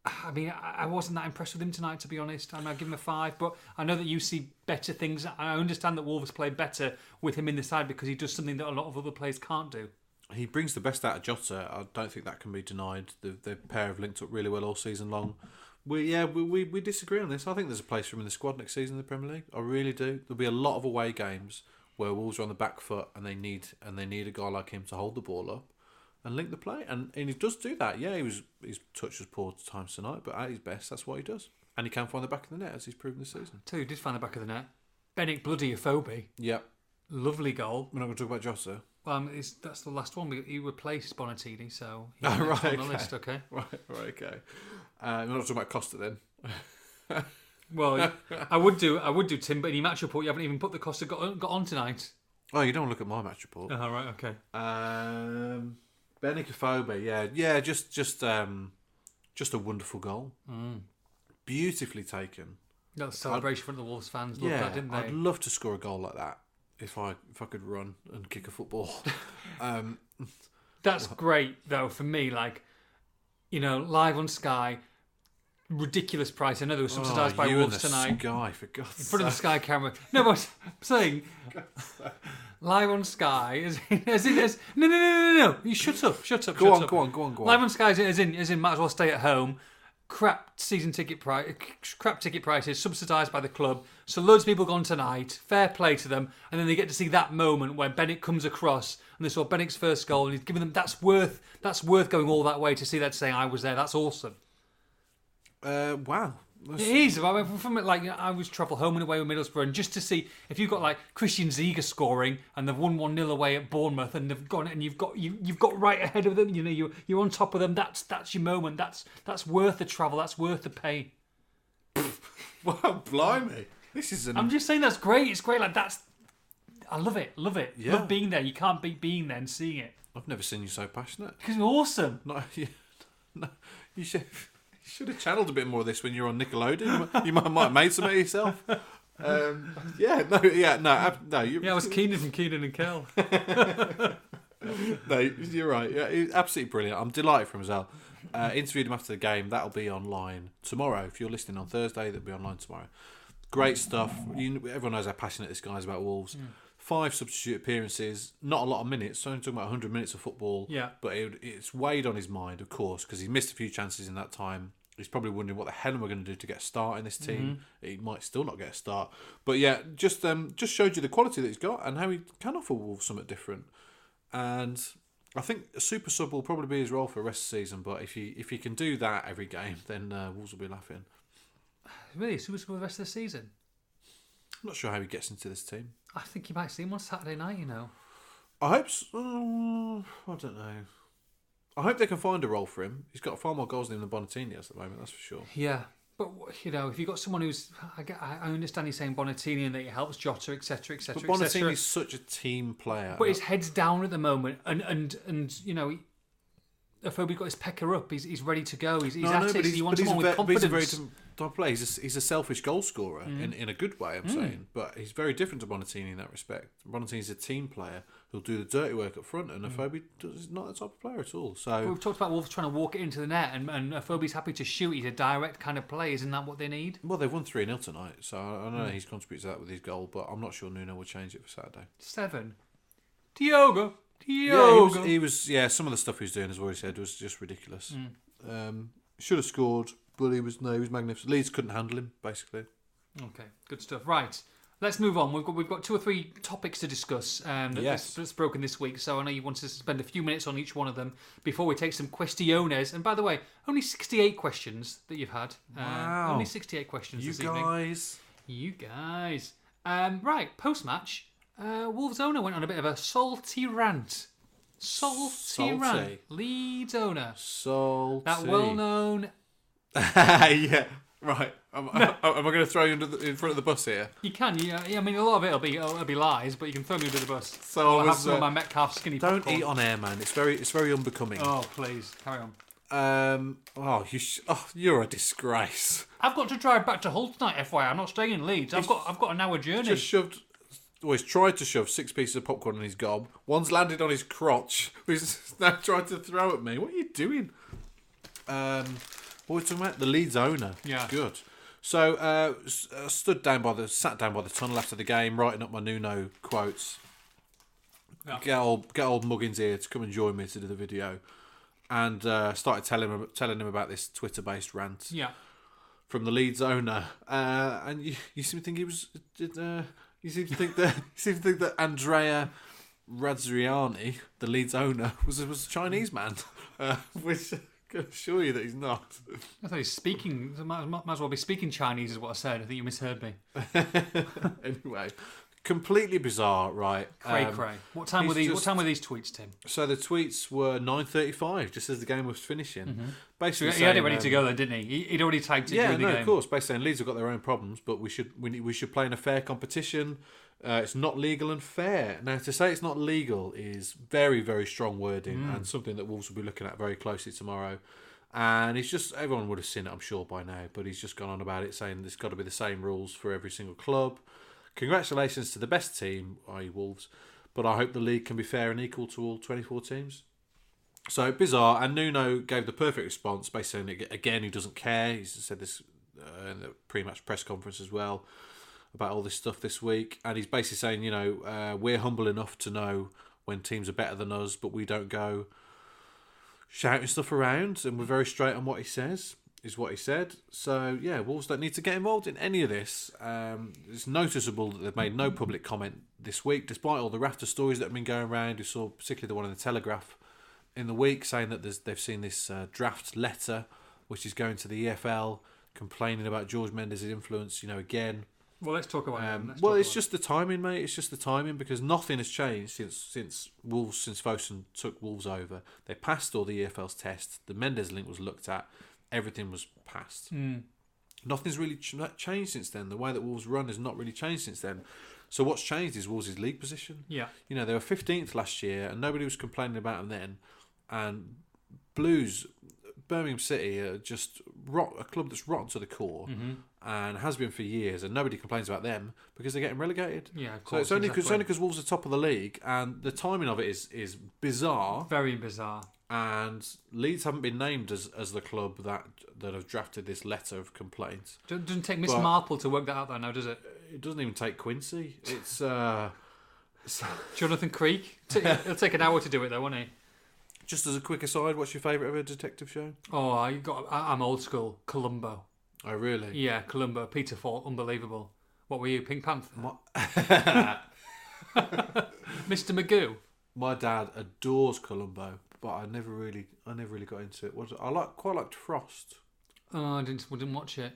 Speaker 2: I mean, I I wasn't that impressed with him tonight, to be honest. I mean, I give him a five, but I know that you see better things. I understand that Wolves play better with him in the side because he does something that a lot of other players can't do.
Speaker 3: He brings the best out of Jota. I don't think that can be denied. The, the pair have linked up really well all season long. We yeah we, we, we disagree on this. I think there's a place for him in the squad next season in the Premier League. I really do. There'll be a lot of away games where Wolves are on the back foot and they need and they need a guy like him to hold the ball up and link the play. And, and he does do that. Yeah, he was his touch was poor at times tonight, but at his best, that's what he does. And he can find the back of the net as he's proven this season.
Speaker 2: Tell you, who did find the back of the net. Benick bloody Afobe.
Speaker 3: Yeah,
Speaker 2: Lovely goal.
Speaker 3: we're not going to talk about Jota.
Speaker 2: Well, um, it's, that's the last one. We- He replaced Bonatini, so he's
Speaker 3: Oh,
Speaker 2: next
Speaker 3: right,
Speaker 2: on the
Speaker 3: okay.
Speaker 2: list. Okay.
Speaker 3: Right, right, okay. Uh, we're not talking about Costa then.
Speaker 2: Well, I would do. I would do Tim, but in your match report, you haven't even put the Costa got on, got on tonight.
Speaker 3: Oh, you don't want to look at my match report.
Speaker 2: All right. Okay.
Speaker 3: Um, Benicophobia, yeah, yeah, just just um, just a wonderful goal,
Speaker 2: Mm.
Speaker 3: beautifully taken.
Speaker 2: That was celebration from the Wolves fans loved
Speaker 3: yeah,
Speaker 2: that, didn't they?
Speaker 3: I'd love to score a goal like that if I if I could run and kick a football. um,
Speaker 2: That's great though for me. Like, you know, live on Sky, ridiculous price. I know they were subsidised
Speaker 3: oh,
Speaker 2: by
Speaker 3: you
Speaker 2: Wolves
Speaker 3: and the
Speaker 2: tonight.
Speaker 3: Sky for God's
Speaker 2: in front of the
Speaker 3: sake.
Speaker 2: Sky camera. No, but I'm saying live on Sky as in, as in as no no no no no. You shut up, shut up.
Speaker 3: Go
Speaker 2: shut
Speaker 3: on,
Speaker 2: up.
Speaker 3: go on, go on, go on.
Speaker 2: Live on Sky as in, as in as in might as well stay at home. Crap season ticket price, crap ticket prices subsidised by the club. So loads of people gone tonight. Fair play to them, and then they get to see that moment where Bennett comes across and they saw Bennett's first goal, and he's giving them that's worth that's worth going all that way to see that saying I was there. That's awesome.
Speaker 3: Uh, wow, That's-
Speaker 2: It is. I mean, from it, like you know, I was travel home and away with Middlesbrough, and just to see if you've got like Christian Ziga scoring, and they've won one 0 away at Bournemouth, and they've gone, and you've got you you've got right ahead of them. You know, you you're on top of them. That's that's your moment. That's that's worth the travel. That's worth the pain.
Speaker 3: wow, blimey, this is an
Speaker 2: I'm just saying that's great. It's great. Like that's, I love it. Love it.
Speaker 3: Yeah.
Speaker 2: Love being there. You can't beat being there and seeing it
Speaker 3: I've never seen you so passionate.
Speaker 2: because it's awesome.
Speaker 3: Not you, no, you should. You should have channeled a bit more of this when you were on Nickelodeon. You might, might have made some of it yourself. Um, yeah, no, yeah, no, ab- no. You,
Speaker 2: Yeah, I was Keenan from Keenan and Kel.
Speaker 3: No, you're right. Yeah, he's absolutely brilliant. I'm delighted for him as well. Uh, interviewed him after the game. That'll be online tomorrow. If you're listening on Thursday, that'll be online tomorrow. Great stuff. You, everyone knows how passionate this guy is about Wolves. Five substitute appearances, not a lot of minutes. So only talking about 100 minutes of football.
Speaker 2: Yeah.
Speaker 3: but it, it's weighed on his mind, of course, because he missed a few chances in that time. He's probably wondering what the hell am I going to do to get a start in this team. He might still not get a start, but yeah, just um, just showed you the quality that he's got and how he can offer Wolves something different and I think a super sub will probably be his role for the rest of the season. But if you if you can do that every game, then uh, Wolves will be laughing.
Speaker 2: really, super for the rest of the season.
Speaker 3: I'm not sure how he gets into this team.
Speaker 2: I think you might see him on Saturday night. You know.
Speaker 3: I hope. s oh, I don't know. I hope they can find a role for him. He's got far more goals than him than Bonatini has at the moment. That's for sure.
Speaker 2: Yeah, but you know, if you've got someone who's, I, get- I I understand he's saying Bonatini and that he helps Jota, etc.,
Speaker 3: But
Speaker 2: etc.,
Speaker 3: Bonatini
Speaker 2: etc.
Speaker 3: is such a team player.
Speaker 2: But his head's down at the moment, and and and you know, Afobi got his pecker up. He's he's ready to go. He's he's
Speaker 3: No, I
Speaker 2: at
Speaker 3: know,
Speaker 2: it.
Speaker 3: but
Speaker 2: He wants
Speaker 3: but
Speaker 2: someone
Speaker 3: a
Speaker 2: with
Speaker 3: ve- but he's
Speaker 2: confidence. Mm.
Speaker 3: a very different type of player. He's a, he's a selfish goal scorer in, in a good way. I'm saying, but he's very different to Bonatini in that respect. Bonatini's a team player who'll do the dirty work up front,
Speaker 2: Mm.
Speaker 3: and Afobe does is not that type of player at all. So
Speaker 2: We've talked about Wolves trying to walk it into the net, and and Afobi's happy to shoot. He's a direct kind of player. Isn't that what they need?
Speaker 3: well, they've won three 0 tonight. So I I know
Speaker 2: Mm.
Speaker 3: he's contributed to that with his goal, but I'm not sure Nuno will change it for Saturday.
Speaker 2: Seven, Diogo,
Speaker 3: Yeah, he was,
Speaker 2: Diogo.
Speaker 3: he was. Yeah, some of the stuff he was doing, as already said, was just ridiculous.
Speaker 2: Mm.
Speaker 3: Um, should have scored, but he was no, he was magnificent. Leeds couldn't handle him basically.
Speaker 2: Okay, good stuff. Right, let's move on. We've got we've got two or three topics to discuss um, that-
Speaker 3: Yes.
Speaker 2: that's, that's broken this week. So I know you wanted to spend a few minutes on each one of them before we take some questiones. And by the way, only sixty-eight questions that you've had. Uh,
Speaker 3: Wow.
Speaker 2: Only sixty-eight questions
Speaker 3: You
Speaker 2: this evening.
Speaker 3: guys.
Speaker 2: You guys. Um, right, post-match, uh, Wolves owner went on a bit of a salty rant. Salty,
Speaker 3: Salty.
Speaker 2: rant. Leeds owner.
Speaker 3: Salty.
Speaker 2: That well-known.
Speaker 3: yeah, right. Am, am- am I going to throw you under the, in front of the bus here?
Speaker 2: You can, yeah. I mean, a lot of it'll be it'll be lies, but you can throw me under the bus.
Speaker 3: So I
Speaker 2: I'll have
Speaker 3: was,
Speaker 2: some of
Speaker 3: uh,
Speaker 2: my Metcalf skinny
Speaker 3: Don't
Speaker 2: popcorn.
Speaker 3: eat on air, man. It's very, it's very unbecoming.
Speaker 2: Oh, please, carry on.
Speaker 3: Um, oh, you sh- oh, you're a disgrace.
Speaker 2: I've got to drive back to Hull tonight, FYI. I'm not staying in Leeds. I've got I've got an hour journey.
Speaker 3: Just shoved, well, he's tried to shove six pieces of popcorn in his gob. One's landed on his crotch, which he's now tried to throw at me. What are you doing? Um, what were we talking about? The Leeds owner.
Speaker 2: Yeah.
Speaker 3: Good. So, uh, s- uh, stood down by the, sat down by the tunnel after the game, writing up my Nuno quotes.
Speaker 2: Yeah.
Speaker 3: Get old, get old Muggins here to come and join me to do the video, and uh, started telling him, telling him about this Twitter-based rant
Speaker 2: yeah.
Speaker 3: from the Leeds owner, uh, and you, you seem to think he was. did, Uh, you seem to think that you seem to think that Andrea Razzriani, the Leeds owner, was was a Chinese man, uh, which I can assure you that he's not.
Speaker 2: I thought he's speaking. Might, might as well be speaking Chinese, is what I said. I think you misheard me.
Speaker 3: anyway, completely bizarre, right?
Speaker 2: Cray,
Speaker 3: Um,
Speaker 2: cray. What time
Speaker 3: he's
Speaker 2: were these? What
Speaker 3: just-
Speaker 2: time were these tweets, Tim?
Speaker 3: So the tweets were nine thirty-five, just as the game was finishing.
Speaker 2: Mm-hmm. He
Speaker 3: Basically,
Speaker 2: had it
Speaker 3: saying,
Speaker 2: ready to
Speaker 3: um,
Speaker 2: go, then, didn't he? he? He'd already typed it
Speaker 3: Yeah,
Speaker 2: during
Speaker 3: no,
Speaker 2: the game.
Speaker 3: of course. Basically, saying Leeds have got their own problems, but we should we, need- we should play in a fair competition. Uh, it's not legal and fair. Now, to say it's not legal is very very strong wording
Speaker 2: Hmm.
Speaker 3: and something that Wolves will be looking at very closely tomorrow. And it's just everyone would have seen it, I'm sure, by now. But he's just gone on about it, saying there's got to be the same rules for every single club. Congratulations to the best team, i.e. Wolves. But I hope the league can be fair and equal to all 24 teams. So bizarre, and Nuno gave the perfect response by saying ag- again he doesn't care. He's said this uh, in the pre-match press conference as well about all this stuff this week, and he's basically saying, you know, uh, we're humble enough to know when teams are better than us, but we don't go shouting stuff around, and we're very straight on what he says. Is what he said. So yeah, Wolves don't need to get involved in any of this. Um, it's noticeable that they've made no public comment this week, despite all the rafter stories that have been going around. You saw particularly the one in the Telegraph in the week saying that there's, they've seen this uh, draft letter, which is going to the EFL, complaining about George Mendes' influence. You know, again,
Speaker 2: Well, let's talk about it.
Speaker 3: um,
Speaker 2: Let's
Speaker 3: well,
Speaker 2: talk
Speaker 3: it's
Speaker 2: about
Speaker 3: just the timing, mate. It's just the timing because nothing has changed since since Wolves since Fosun took Wolves over. They passed all the EFL's tests. The Mendes link was looked at. Everything was passed.
Speaker 2: Hmm.
Speaker 3: Nothing's really ch- not changed since then. The way that Wolves run has not really changed since then. So what's changed is Wolves' league position.
Speaker 2: Yeah.
Speaker 3: You know they were fifteenth last year, and nobody was complaining about them then. And Blues, Birmingham City are just rot, a club that's rotten to the core
Speaker 2: Mm-hmm.
Speaker 3: and has been for years, and nobody complains about them because they're getting relegated.
Speaker 2: Yeah, of
Speaker 3: So
Speaker 2: course,
Speaker 3: it's only because
Speaker 2: exactly.
Speaker 3: Wolves are top of the league, and the timing of it is is bizarre.
Speaker 2: very bizarre.
Speaker 3: And Leeds haven't been named as, as the club that that have drafted this letter of complaint.
Speaker 2: Do- Doesn't take Miss
Speaker 3: But-
Speaker 2: Marple to work that out, though, now, does it?
Speaker 3: It doesn't even take Quincy. It's uh,
Speaker 2: Jonathan Creek. T- It'll take an hour to do it, though, won't it?
Speaker 3: just as a quick aside. What's your favourite ever detective show?
Speaker 2: Oh, I got. I, I'm old school. Columbo.
Speaker 3: Oh, really?
Speaker 2: Yeah, Columbo. Peter Falk. Unbelievable. What were you, Pink Panther? Mr. Magoo.
Speaker 3: My dad adores Columbo, but I never really, I never really got into it. What I like, quite liked Frost.
Speaker 2: Oh, I didn't. I didn't watch it.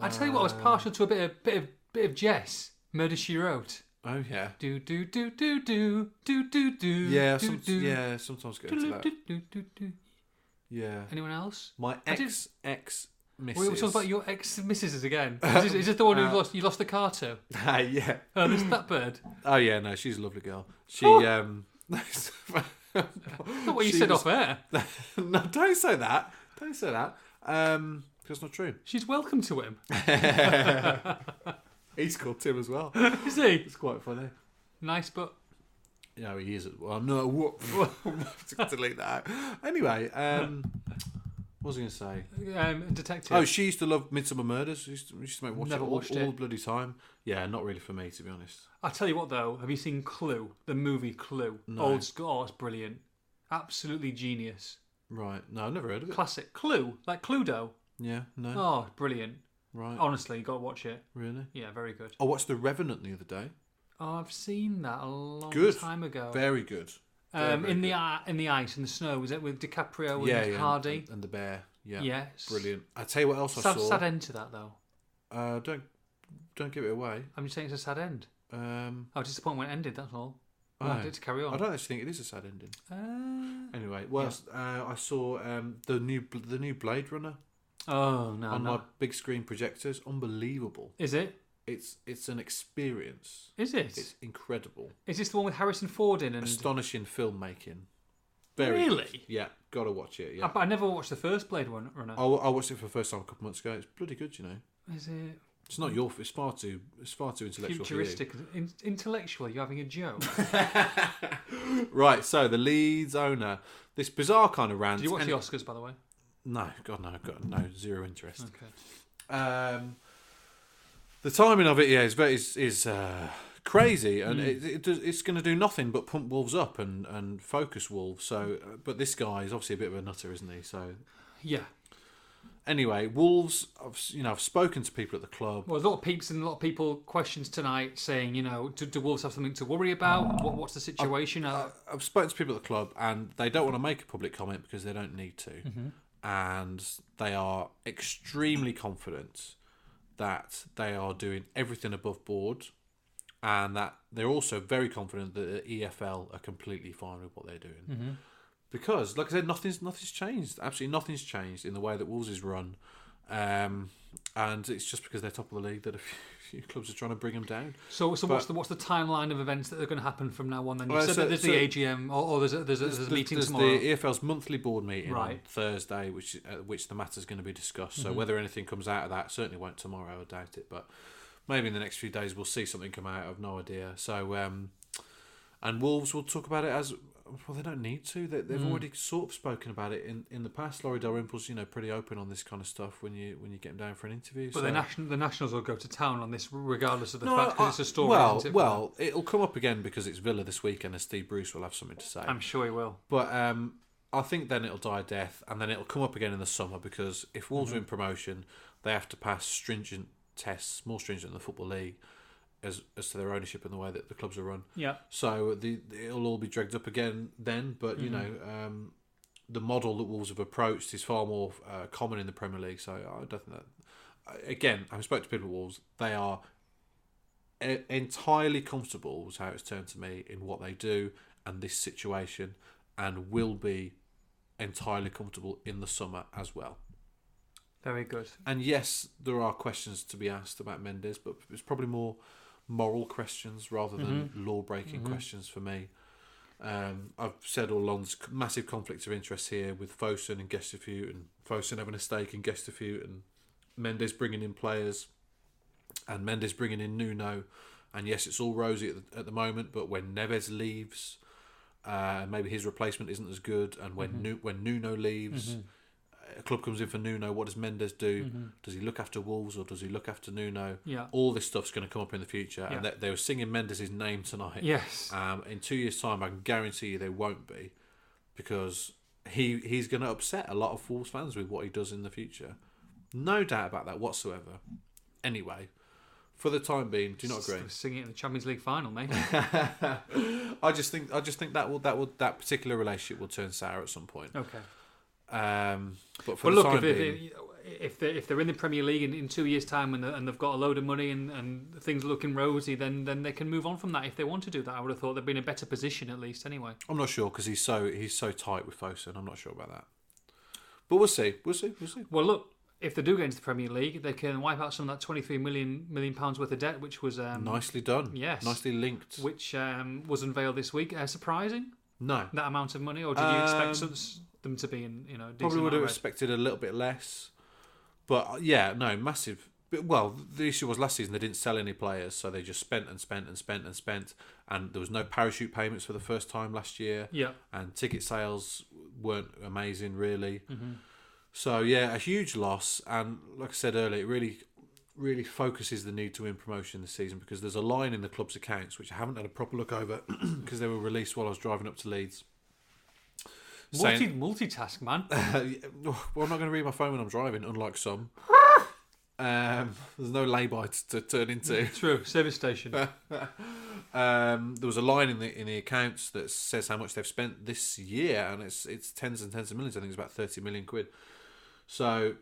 Speaker 2: I tell you what, I was
Speaker 3: Uh.
Speaker 2: partial to a bit of bit of bit of Jess. Murder She Wrote.
Speaker 3: Oh yeah,
Speaker 2: Do do do do do do do do.
Speaker 3: yeah,
Speaker 2: do,
Speaker 3: some,
Speaker 2: do,
Speaker 3: yeah. Sometimes get into
Speaker 2: do,
Speaker 3: that.
Speaker 2: do, do, do, do.
Speaker 3: Yeah,
Speaker 2: Anyone else?
Speaker 3: my
Speaker 2: I did-
Speaker 3: ex ex missus.
Speaker 2: We were talking about your ex missus again. Is this, is this the one
Speaker 3: Uh.
Speaker 2: who lost? You lost the car to?
Speaker 3: Ah, yeah.
Speaker 2: Oh, this that bird.
Speaker 3: Oh yeah, no, she's a lovely girl. She
Speaker 2: Oh.
Speaker 3: um.
Speaker 2: Not what you
Speaker 3: She
Speaker 2: said
Speaker 3: was-
Speaker 2: off air.
Speaker 3: no, don't say that. Don't say that. Um, that's not true.
Speaker 2: She's welcome to him,
Speaker 3: He's called Tim as well.
Speaker 2: is he?
Speaker 3: It's quite funny.
Speaker 2: Nice, but
Speaker 3: Yeah, he is. Well, no, what? delete that. out. Anyway, um, what was I going to say?
Speaker 2: um, detective.
Speaker 3: Oh, she used to love Midsummer Murders. She used to, she used to make watch
Speaker 2: Never
Speaker 3: it all,
Speaker 2: watched it.
Speaker 3: all the bloody time. Yeah, not really for me, to be honest.
Speaker 2: I tell you what though, have you seen Clue? The movie Clue. Old school. Oh, it's brilliant. Absolutely genius.
Speaker 3: Right? No, I've never heard of it.
Speaker 2: Classic Clue, like Cluedo.
Speaker 3: Yeah, no.
Speaker 2: Oh, brilliant.
Speaker 3: Right?
Speaker 2: Honestly, you got to watch it.
Speaker 3: Really?
Speaker 2: Yeah, very good.
Speaker 3: I watched The Revenant the other day.
Speaker 2: Oh, I've seen that a long
Speaker 3: Good.
Speaker 2: time ago.
Speaker 3: Very good.
Speaker 2: um,
Speaker 3: very
Speaker 2: in the
Speaker 3: good.
Speaker 2: i in the ice in the snow was it with DiCaprio and
Speaker 3: yeah, yeah.
Speaker 2: Hardy?
Speaker 3: And, and the bear. Yeah.
Speaker 2: Yes.
Speaker 3: Brilliant. I tell you what else I
Speaker 2: Sad,
Speaker 3: saw.
Speaker 2: sad end to that though.
Speaker 3: Uh, don't don't give it away.
Speaker 2: I'm just saying it's a sad end.
Speaker 3: Um,
Speaker 2: I was disappointed when it ended. That's all. I
Speaker 3: oh.
Speaker 2: wanted it to carry on.
Speaker 3: I don't actually think it is a sad ending.
Speaker 2: Uh,
Speaker 3: Anyway, well, uh, I saw um, the new Bl- the new Blade Runner
Speaker 2: oh no,
Speaker 3: on
Speaker 2: no.
Speaker 3: my big screen projector. It's unbelievable.
Speaker 2: Is it?
Speaker 3: It's it's an experience.
Speaker 2: Is it?
Speaker 3: It's incredible.
Speaker 2: Is this the one with Harrison Ford in? And
Speaker 3: Astonishing filmmaking. Very
Speaker 2: Really?
Speaker 3: Yeah, gotta watch it.
Speaker 2: I,
Speaker 3: Yeah, Oh.
Speaker 2: but I never watched the first Blade Runner.
Speaker 3: I, wa- I watched it for the first time a couple months ago. It's bloody good, you know.
Speaker 2: Is it
Speaker 3: It's not your. It's far too. It's far too intellectual. for you.
Speaker 2: Mm. futuristic? In, intellectually, you're having a joke.
Speaker 3: Right. So the Leeds owner, this bizarre kind of rant.
Speaker 2: Did you watch
Speaker 3: and-
Speaker 2: the Oscars, by the way?
Speaker 3: No, God no, God no, zero interest.
Speaker 2: Okay.
Speaker 3: Um, the timing of it, yeah, is very- is, is uh, crazy, and it, it does, it's going to do nothing but pump wolves up and, and focus wolves. So, uh, but this guy is obviously a bit of a nutter, isn't he? So,
Speaker 2: Yeah.
Speaker 3: anyway, wolves. I've s- you know I've spoken to people at the club.
Speaker 2: Well, a lot of peeps and a lot of people questions tonight saying, you know, do, do Wolves have something to worry about? What, what's the situation? Uh,
Speaker 3: I've spoken to people at the club, and they don't want to make a public comment because they don't need to, and they are extremely confident that they are doing everything above board, and that they're also very confident that the EFL are completely fine with what they're doing, because, like I said, nothing's nothing's changed. Absolutely nothing's changed in the way that Wolves is run. Um, and it's just because they're top of the league that a few, few clubs are trying to bring them down.
Speaker 2: so, so what's
Speaker 3: but-
Speaker 2: the what's the timeline of events that are going to happen from now on? Then you
Speaker 3: Well,
Speaker 2: said
Speaker 3: so-
Speaker 2: that there's
Speaker 3: so-
Speaker 2: the AGM or, or there's a, there's a, there's a meeting
Speaker 3: there's
Speaker 2: tomorrow.
Speaker 3: the EFL's monthly board meeting on
Speaker 2: Right. Mm-hmm.
Speaker 3: Thursday, which at which the matter's going to be discussed. So whether anything comes out of that, certainly won't tomorrow. I doubt it, but maybe in the next few days we'll see something come out. I've no idea. So um, and Wolves will talk about it as well. They don't need to. They,
Speaker 2: Mm.
Speaker 3: they've already sort of spoken about it in, in the past. Laurie Dalrymple's you know pretty open on this kind of stuff when you when you get him down for an interview.
Speaker 2: but
Speaker 3: so.
Speaker 2: the national the nationals will go to town on this, regardless of the
Speaker 3: No,
Speaker 2: fact
Speaker 3: I-
Speaker 2: because it's a story.
Speaker 3: well,
Speaker 2: isn't it, for
Speaker 3: well, it'll come up again because it's Villa this weekend, and Steve Bruce will have something to say.
Speaker 2: them? I'm sure he will.
Speaker 3: But um, I think then it'll die a death, and then it'll come up again in the summer because if Wolves win promotion, they have to pass stringent tests, more stringent than the football league, as as to their ownership and the way that the clubs are run.
Speaker 2: Yeah.
Speaker 3: So the it'll all be dragged up again then. But you know, um, the model that Wolves have approached is far more uh, common in the Premier League. So I don't think that. Again, I've spoken to people at Wolves. They are e- entirely comfortable, was how it's turned to me, in what they do and this situation, and will be entirely comfortable in the summer as well.
Speaker 2: Very good.
Speaker 3: And yes, there are questions to be asked about Mendes, but it's probably more moral questions rather than law breaking questions for me. Um, I've said all along there's massive conflicts of interest here with Fosun and Gestafute, and Fosun having a stake in Gestafute, and Mendes bringing in players, and Mendes bringing in Nuno. And yes, it's all rosy at the, at the moment, but when Neves leaves, uh, maybe his replacement isn't as good, and when Nu- when Nuno leaves, a club comes in for Nuno. What does Mendes do? Does he look after Wolves or does he look after Nuno?
Speaker 2: Yeah.
Speaker 3: All this stuff's going to come up in the future, and
Speaker 2: Yeah.
Speaker 3: they, they were singing Mendes' name tonight.
Speaker 2: Yes.
Speaker 3: Um, in two years' time, I can guarantee you they won't be, because he he's going to upset a lot of Wolves fans with what he does in the future. No doubt about that whatsoever. Anyway, for the time being, do you not agree?
Speaker 2: Singing it in the Champions League final, mate.
Speaker 3: I just think I just think that will that will that particular relationship will turn sour at some point.
Speaker 2: okay.
Speaker 3: Um, but
Speaker 2: But
Speaker 3: for the
Speaker 2: look, if,
Speaker 3: time
Speaker 2: if,
Speaker 3: being,
Speaker 2: if, they're, if they're in the Premier League in, in two years' time and, they- and they've got a load of money and, and things are looking rosy, then then they can move on from that if they want to do that. I would have thought they'd be in a better position at least anyway.
Speaker 3: I'm not sure because he's so he's so tight with Fosun. I'm not sure about that. But we'll see. We'll see. We'll see.
Speaker 2: Well, look, if they do get into the Premier League, they can wipe out some of that 23 million million pounds worth of debt, which was um,
Speaker 3: Nicely done.
Speaker 2: Yes.
Speaker 3: Nicely linked.
Speaker 2: which um, was unveiled this week. Uh, surprising
Speaker 3: No.
Speaker 2: that amount of money, or did you expect
Speaker 3: Um,
Speaker 2: some, them to be in you know a decent
Speaker 3: Probably would have
Speaker 2: amount of
Speaker 3: expected a little bit less. But uh, yeah, no, massive. But, well, the issue was last season they didn't sell any players, so they just spent and spent and spent and spent, and there was no parachute payments for the first time last year.
Speaker 2: red? Yeah.
Speaker 3: and ticket sales weren't amazing really.
Speaker 2: Mm-hmm.
Speaker 3: So yeah, a huge loss, and like I said earlier, it really, really focuses the need to win promotion this season because there's a line in the club's accounts which I haven't had a proper look over because they were released while I was driving up to Leeds.
Speaker 2: Multi,
Speaker 3: Saying,
Speaker 2: multitask, man.
Speaker 3: Uh, well, I'm not going to read my phone when I'm driving, unlike some. um, there's no lay-by to, to turn into.
Speaker 2: True. Service station.
Speaker 3: Um, there was a line in the in the accounts that says how much they've spent this year, and it's it's tens and tens of millions. I think it's about thirty million quid. So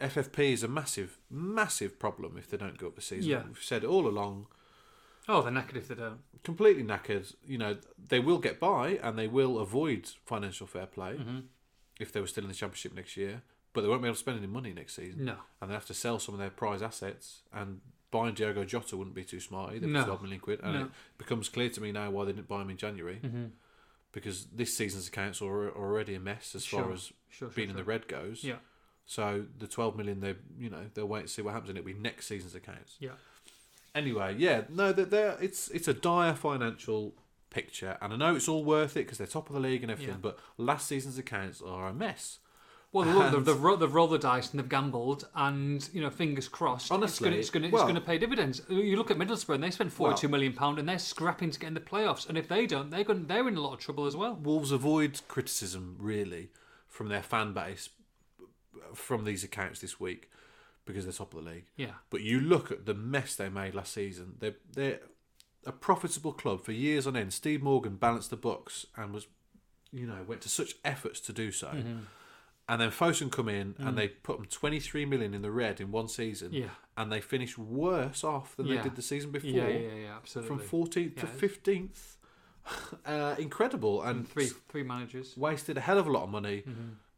Speaker 3: FFP is a massive, massive problem if they don't go up the season.
Speaker 2: Yeah.
Speaker 3: We've said it all along,
Speaker 2: Oh, they're knackered if they don't.
Speaker 3: completely knackered. You know, they will get by and they will avoid financial fair play
Speaker 2: Mm-hmm.
Speaker 3: if they were still in the championship next year, but they won't be able to spend any money next season.
Speaker 2: No.
Speaker 3: And they have to sell some of their prize assets and buying Diogo Jota wouldn't be too smart either
Speaker 2: No. Mm-hmm.
Speaker 3: for 12 million quid. And
Speaker 2: No.
Speaker 3: it becomes clear to me now why they didn't buy him in January because this season's accounts are are already a mess as far
Speaker 2: Sure.
Speaker 3: as
Speaker 2: Sure, sure,
Speaker 3: being in
Speaker 2: sure.
Speaker 3: the red goes.
Speaker 2: Yeah,
Speaker 3: So the twelve million, they you know they'll wait to see what happens, and it'll be next season's accounts.
Speaker 2: yeah.
Speaker 3: Anyway, yeah, no, that they're, it's it's a dire financial picture, and I know it's all worth it because they're top of the league and everything,
Speaker 2: Yeah.
Speaker 3: but last season's accounts are a mess.
Speaker 2: Well, look, they've, they've, ro- they've rolled the dice and they've gambled, and you know, fingers crossed.
Speaker 3: Honestly,
Speaker 2: it's going to
Speaker 3: well-
Speaker 2: it's going to pay dividends. You look at Middlesbrough, and they spend forty-two
Speaker 3: Well-
Speaker 2: million pound, and they're scrapping to get in the playoffs. And if they don't, they're going they're in a lot of trouble as well.
Speaker 3: Wolves avoid criticism really from their fan base from these accounts this week because they're top of the league.
Speaker 2: Yeah,
Speaker 3: But you look at the mess they made last season. They're they're a profitable club for years on end. Steve Morgan balanced the books and was, you know, went to such efforts to do so.
Speaker 2: Mm-hmm.
Speaker 3: And then Fosun come in and they put them twenty three million in the red in one season.
Speaker 2: Mm. Yeah.
Speaker 3: And they finished worse off than
Speaker 2: Yeah.
Speaker 3: they did the season before.
Speaker 2: yeah, yeah, yeah, yeah, absolutely.
Speaker 3: From fourteenth to
Speaker 2: Yeah.
Speaker 3: fifteenth. Uh, incredible and
Speaker 2: three three managers.
Speaker 3: wasted a hell of a lot of money,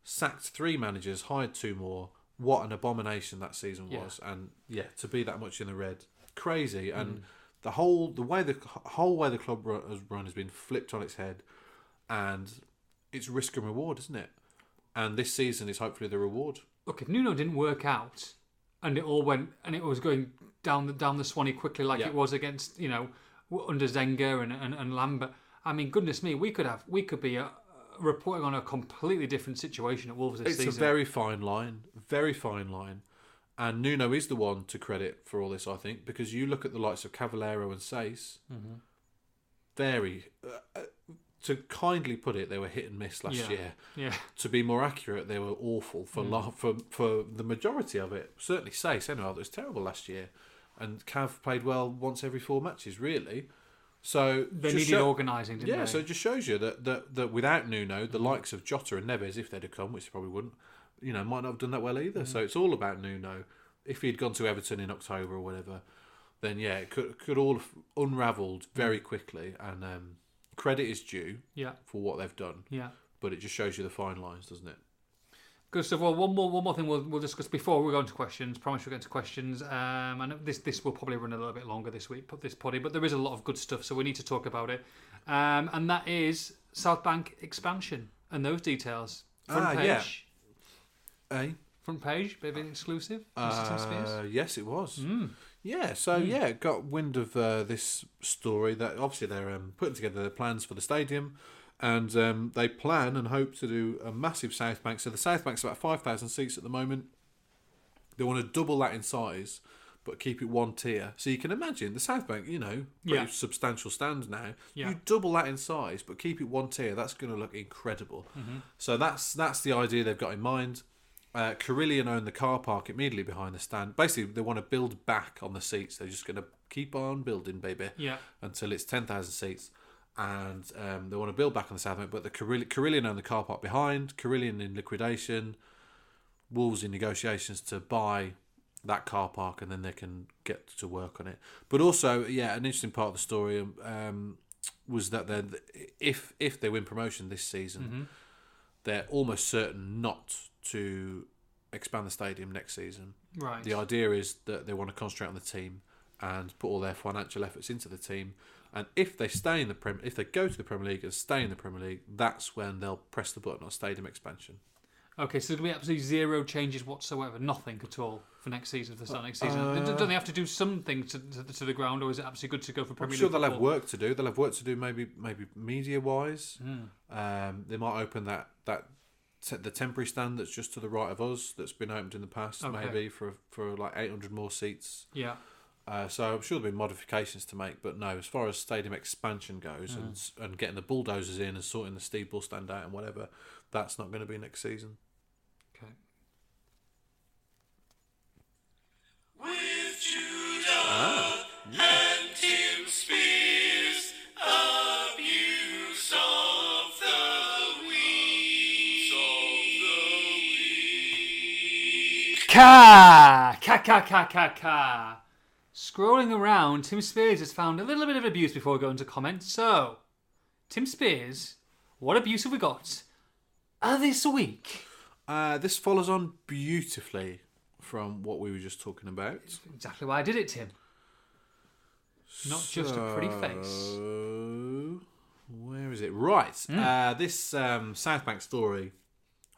Speaker 3: sacked three managers, hired two more. What an abomination that season
Speaker 2: Yeah.
Speaker 3: was, and yeah, to be that much in the red, crazy. And the whole the way the whole way the club run, has run has been flipped on its head, and it's risk and reward, isn't it? And this season is hopefully the reward.
Speaker 2: Look, if Nuno didn't work out, and it all went and it was going down the down the Swanee quickly, like
Speaker 3: Yeah.
Speaker 2: it was against you know w- under Zenga and, and and Lambert. I mean, goodness me, we could have we could be uh reporting on a completely different situation at Wolves this
Speaker 3: It's
Speaker 2: season.
Speaker 3: a very fine line, very fine line. And Nuno is the one to credit for all this, I think, because you look at the likes of Cavallero and Sace,
Speaker 2: Mm-hmm.
Speaker 3: very, uh, uh, to kindly put it, they were hit and miss last
Speaker 2: Yeah. Mm.
Speaker 3: year.
Speaker 2: yeah,
Speaker 3: To be more accurate, they were awful for la- for for the majority of it. Certainly Sace, anyway, that was terrible last year. And Cav played well once every four matches, really. So
Speaker 2: they
Speaker 3: just
Speaker 2: needed
Speaker 3: show-
Speaker 2: organising, didn't
Speaker 3: yeah,
Speaker 2: they?
Speaker 3: so it just shows you that, that that without Nuno, the likes of Jota and Neves, if they'd have come, which they probably wouldn't, you know, might not have done that well
Speaker 2: Mm.
Speaker 3: either. So it's all about Nuno. If he'd gone to Everton in October or whatever, then yeah, it could could all have unravelled
Speaker 2: Mm.
Speaker 3: very quickly. And um, credit is due
Speaker 2: yeah,
Speaker 3: for what they've done,
Speaker 2: yeah.
Speaker 3: but it just shows you the fine lines, doesn't it?
Speaker 2: Gustav, well, one more, one more thing we'll, we'll discuss before we go into questions. Promise we'll get into questions. Um, and this this will probably run a little bit longer this week, put this potty, but there is a lot of good stuff, so we need to talk about it. Um, and that is South Bank expansion and those details. Front
Speaker 3: Ah,
Speaker 2: page.
Speaker 3: yeah. Eh?
Speaker 2: Front page, bit of an exclusive. Mr. Tim Spears.
Speaker 3: Uh, yes, it was. Yeah, so yeah, got wind of uh, this story that obviously they're um, putting together their plans for the stadium, and um, they plan and hope to do a massive South Bank. So the South Bank's about five thousand seats at the moment. They want to double that in size, but keep it one tier. So you can imagine the South Bank, you know, pretty
Speaker 2: Yeah.
Speaker 3: substantial stand now.
Speaker 2: Yeah.
Speaker 3: You double that in size, but keep it one tier. That's going to look incredible.
Speaker 2: Mm-hmm.
Speaker 3: So that's that's the idea they've got in mind. Uh, Carillion own the car park immediately behind the stand. Basically, they want to build back on the seats. They're just going to keep on building, baby,
Speaker 2: Yeah.
Speaker 3: until it's ten thousand seats. And um, they want to build back on the South Bank, but the Carill- Carillion own the car park behind. Carillion in liquidation. Wolves in negotiations to buy that car park and then they can get to work on it. But also, yeah, an interesting part of the story um, was that they if if they win promotion this season, they're almost certain not to expand the stadium next season.
Speaker 2: Right.
Speaker 3: The idea is that they want to concentrate on the team and put all their financial efforts into the team. And if they stay in the Prem, if they go to the Premier League and stay in the Premier League, that's when they'll press the button on stadium expansion.
Speaker 2: Okay, so there's going to be absolutely zero changes whatsoever, nothing at all for next season, for the start of next season. Don't don't they have to do something to, to, the- to the ground, or is it absolutely good to go for Premier
Speaker 3: Uh, I'm sure
Speaker 2: League
Speaker 3: they'll have
Speaker 2: football?
Speaker 3: work to do. They'll have work to do. Maybe maybe media wise,
Speaker 2: Hmm.
Speaker 3: um, they might open that that te- the temporary stand that's just to the right of us that's been opened in the past.
Speaker 2: Okay.
Speaker 3: Maybe for for like 800 more seats.
Speaker 2: Yeah.
Speaker 3: Uh, so I'm sure there'll be modifications to make. But no, as far as stadium expansion goes
Speaker 2: Mm.
Speaker 3: and s and getting the bulldozers in and sorting the Steve Bull stand out and whatever, that's not going to be next season.
Speaker 2: Okay.
Speaker 4: With Judah and Tim Spears, abuse of the week.
Speaker 2: Ka! Ka ka ka ka ka! Scrolling around, Tim Spears has found a little bit of abuse before we go into comment. So, Tim Spears, what abuse have we got uh, this week?
Speaker 3: Uh, this follows on beautifully from what we were just talking about.
Speaker 2: Exactly why I did it, Tim. Not just a pretty face.
Speaker 3: So, Where Where is it? Right.
Speaker 2: Mm.
Speaker 3: Uh, this um, South Bank story,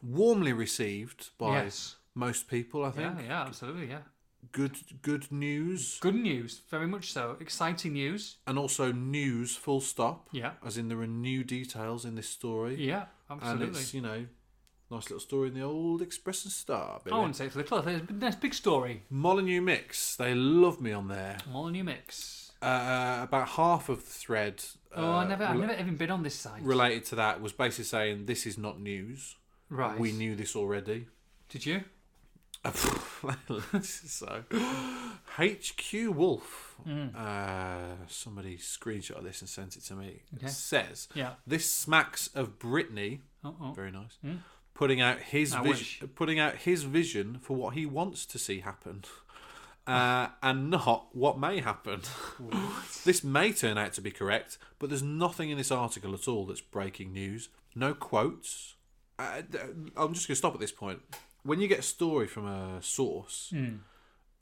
Speaker 3: warmly received by
Speaker 2: Yes.
Speaker 3: most people, I think.
Speaker 2: Yeah, yeah, absolutely, yeah.
Speaker 3: Good, good news,
Speaker 2: Good news, very much so. Exciting news.
Speaker 3: and also news. Full stop.
Speaker 2: Yeah.
Speaker 3: As in, there are new details in this story,
Speaker 2: Yeah,
Speaker 3: and
Speaker 2: absolutely.
Speaker 3: it's you know, nice little story in the old Express and Star.
Speaker 2: I
Speaker 3: Baby.
Speaker 2: wouldn't say it's little. I think it's a big- nice big story.
Speaker 3: Molyneux Mix. They love me on there.
Speaker 2: All new mix.
Speaker 3: Uh, about half of the thread.
Speaker 2: Oh,
Speaker 3: uh,
Speaker 2: I never, I've
Speaker 3: rela-
Speaker 2: never even been on this site.
Speaker 3: related to that was basically saying this is not news.
Speaker 2: right.
Speaker 3: We knew this already.
Speaker 2: Did you?
Speaker 3: so, HQ Wolf,
Speaker 2: Mm.
Speaker 3: uh, somebody screenshot this and sent it to me.
Speaker 2: Okay.
Speaker 3: Says
Speaker 2: Yeah.
Speaker 3: this smacks of Britney.
Speaker 2: Oh, oh.
Speaker 3: Very nice. Putting out his
Speaker 2: I
Speaker 3: vision, putting out his vision for what he wants to see happen, uh, and not what may happen. this may turn out to be correct, but there's nothing in this article at all that's breaking news. No quotes. Uh, th- I'm just going to stop at this point. When you get a story from a source,
Speaker 2: Hmm.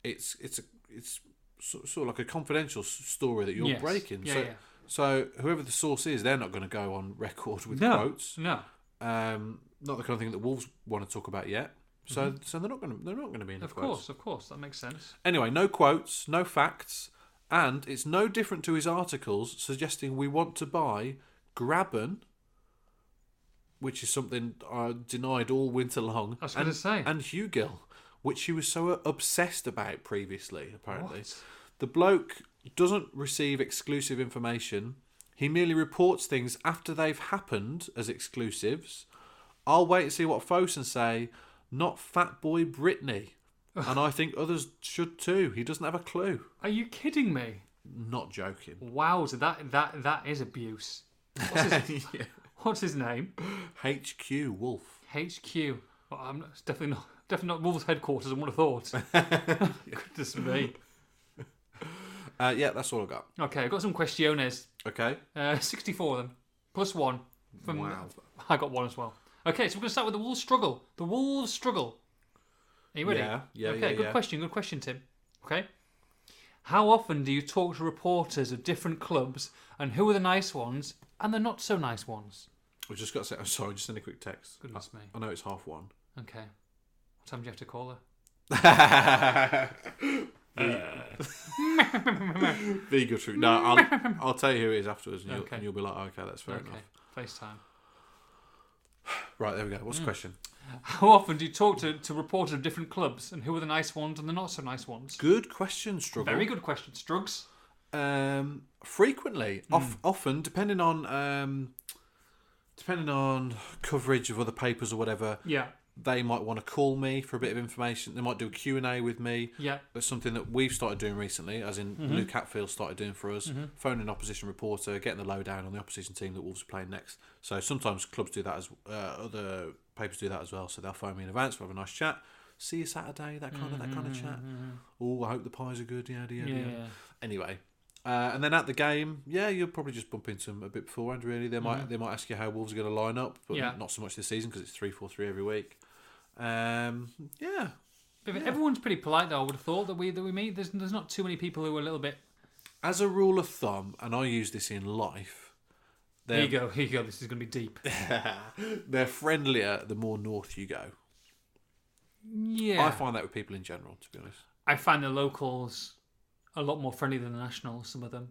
Speaker 3: it's it's a, it's so- sort of like a confidential s- story that you're
Speaker 2: Yes.
Speaker 3: breaking.
Speaker 2: Yeah,
Speaker 3: so,
Speaker 2: yeah.
Speaker 3: so whoever the source is, they're not going to go on record with
Speaker 2: No.
Speaker 3: quotes.
Speaker 2: No.
Speaker 3: Um, not the kind of thing that Wolves want to talk about yet. So, so they're not going to they're not going to be in the
Speaker 2: Mm-hmm. Of
Speaker 3: quotes.
Speaker 2: course, of course. That makes sense.
Speaker 3: Anyway, no quotes, no facts, and it's no different to his articles suggesting we want to buy Graben, which is something I denied all winter long.
Speaker 2: I was
Speaker 3: and-
Speaker 2: gonna say.
Speaker 3: and Hugill, which she was so obsessed about previously. Apparently,
Speaker 2: What?
Speaker 3: the bloke doesn't receive exclusive information. He merely reports things after they've happened as exclusives. I'll wait and see what Fosun say. Not Fat Boy Britney, and I think others should too. He doesn't have a clue.
Speaker 2: Are you kidding me?
Speaker 3: Not joking.
Speaker 2: Wow, so that that that is abuse. What's his, what's his name?
Speaker 3: HQ Wolf.
Speaker 2: HQ. Well, I'm not, it's definitely not definitely not Wolves headquarters. I would have thought. Goodness me.
Speaker 3: Uh, yeah, that's all I got.
Speaker 2: Okay, I've got some questiones.
Speaker 3: Okay.
Speaker 2: Uh, 64 of them, plus one. From I got one as well. Okay, so we're going to start with the Wolves struggle. The Wolves struggle. Are you ready?
Speaker 3: Yeah, yeah,
Speaker 2: Okay,
Speaker 3: yeah,
Speaker 2: good
Speaker 3: yeah.
Speaker 2: question. Good question, Tim. Okay. How often do you talk to reporters of different clubs, and who are the nice ones and the not so nice ones?
Speaker 3: I just got to say, I'm sorry. Just send a quick text.
Speaker 2: Goodness me.
Speaker 3: I know it's half one.
Speaker 2: Okay. What time do you have to call her?
Speaker 3: Vegan truth. No, I'll, I'll tell you who it is afterwards, and you'll,
Speaker 2: Okay.
Speaker 3: and you'll be like, "Oh, okay, that's fair
Speaker 2: Okay,
Speaker 3: enough.
Speaker 2: FaceTime.
Speaker 3: Right, there we go. What's
Speaker 2: Mm.
Speaker 3: the question?
Speaker 2: How often do you talk to, to reporters of different clubs, and who are the nice ones and the not so nice ones?
Speaker 3: Good question, struggle.
Speaker 2: Very good question, Strugs.
Speaker 3: Um, frequently,
Speaker 2: Mm.
Speaker 3: of, often, depending on um, depending on coverage of other papers or whatever,
Speaker 2: Yeah,
Speaker 3: they might want to call me for a bit of information. They might do a Q and A with me.
Speaker 2: yeah,
Speaker 3: That's something that we've started doing recently, as in
Speaker 2: Mm-hmm.
Speaker 3: Luke Hatfield started doing for us, phoning an opposition reporter, getting the lowdown on the opposition team that Wolves are playing next. So sometimes clubs do that as uh, other papers do that as well. So they'll phone me in advance, we'll have a nice chat. See you Saturday, that kind of that kind of chat. Oh, I hope the pies are good. Yada yada.
Speaker 2: Mm-hmm. yeah.
Speaker 3: yada. Anyway, uh, and then at the game, yeah, you'll probably just bump into them a bit beforehand. Really, they might they might ask you how Wolves are going to line up, but
Speaker 2: Mm-hmm. Yeah.
Speaker 3: not so much this season because it's three four three every week. Um, yeah,
Speaker 2: But Everyone's pretty polite, though. I would have thought that we that we meet. There's there's not too many people who are a little bit.
Speaker 3: as a rule of thumb, and I use this in life,
Speaker 2: Here
Speaker 3: they're,
Speaker 2: you go. Here you go. This is going to be deep.
Speaker 3: they're friendlier the more north you go.
Speaker 2: Yeah,
Speaker 3: I find that with people in general, to be honest.
Speaker 2: I find the locals a lot more friendly than the nationals. Some of them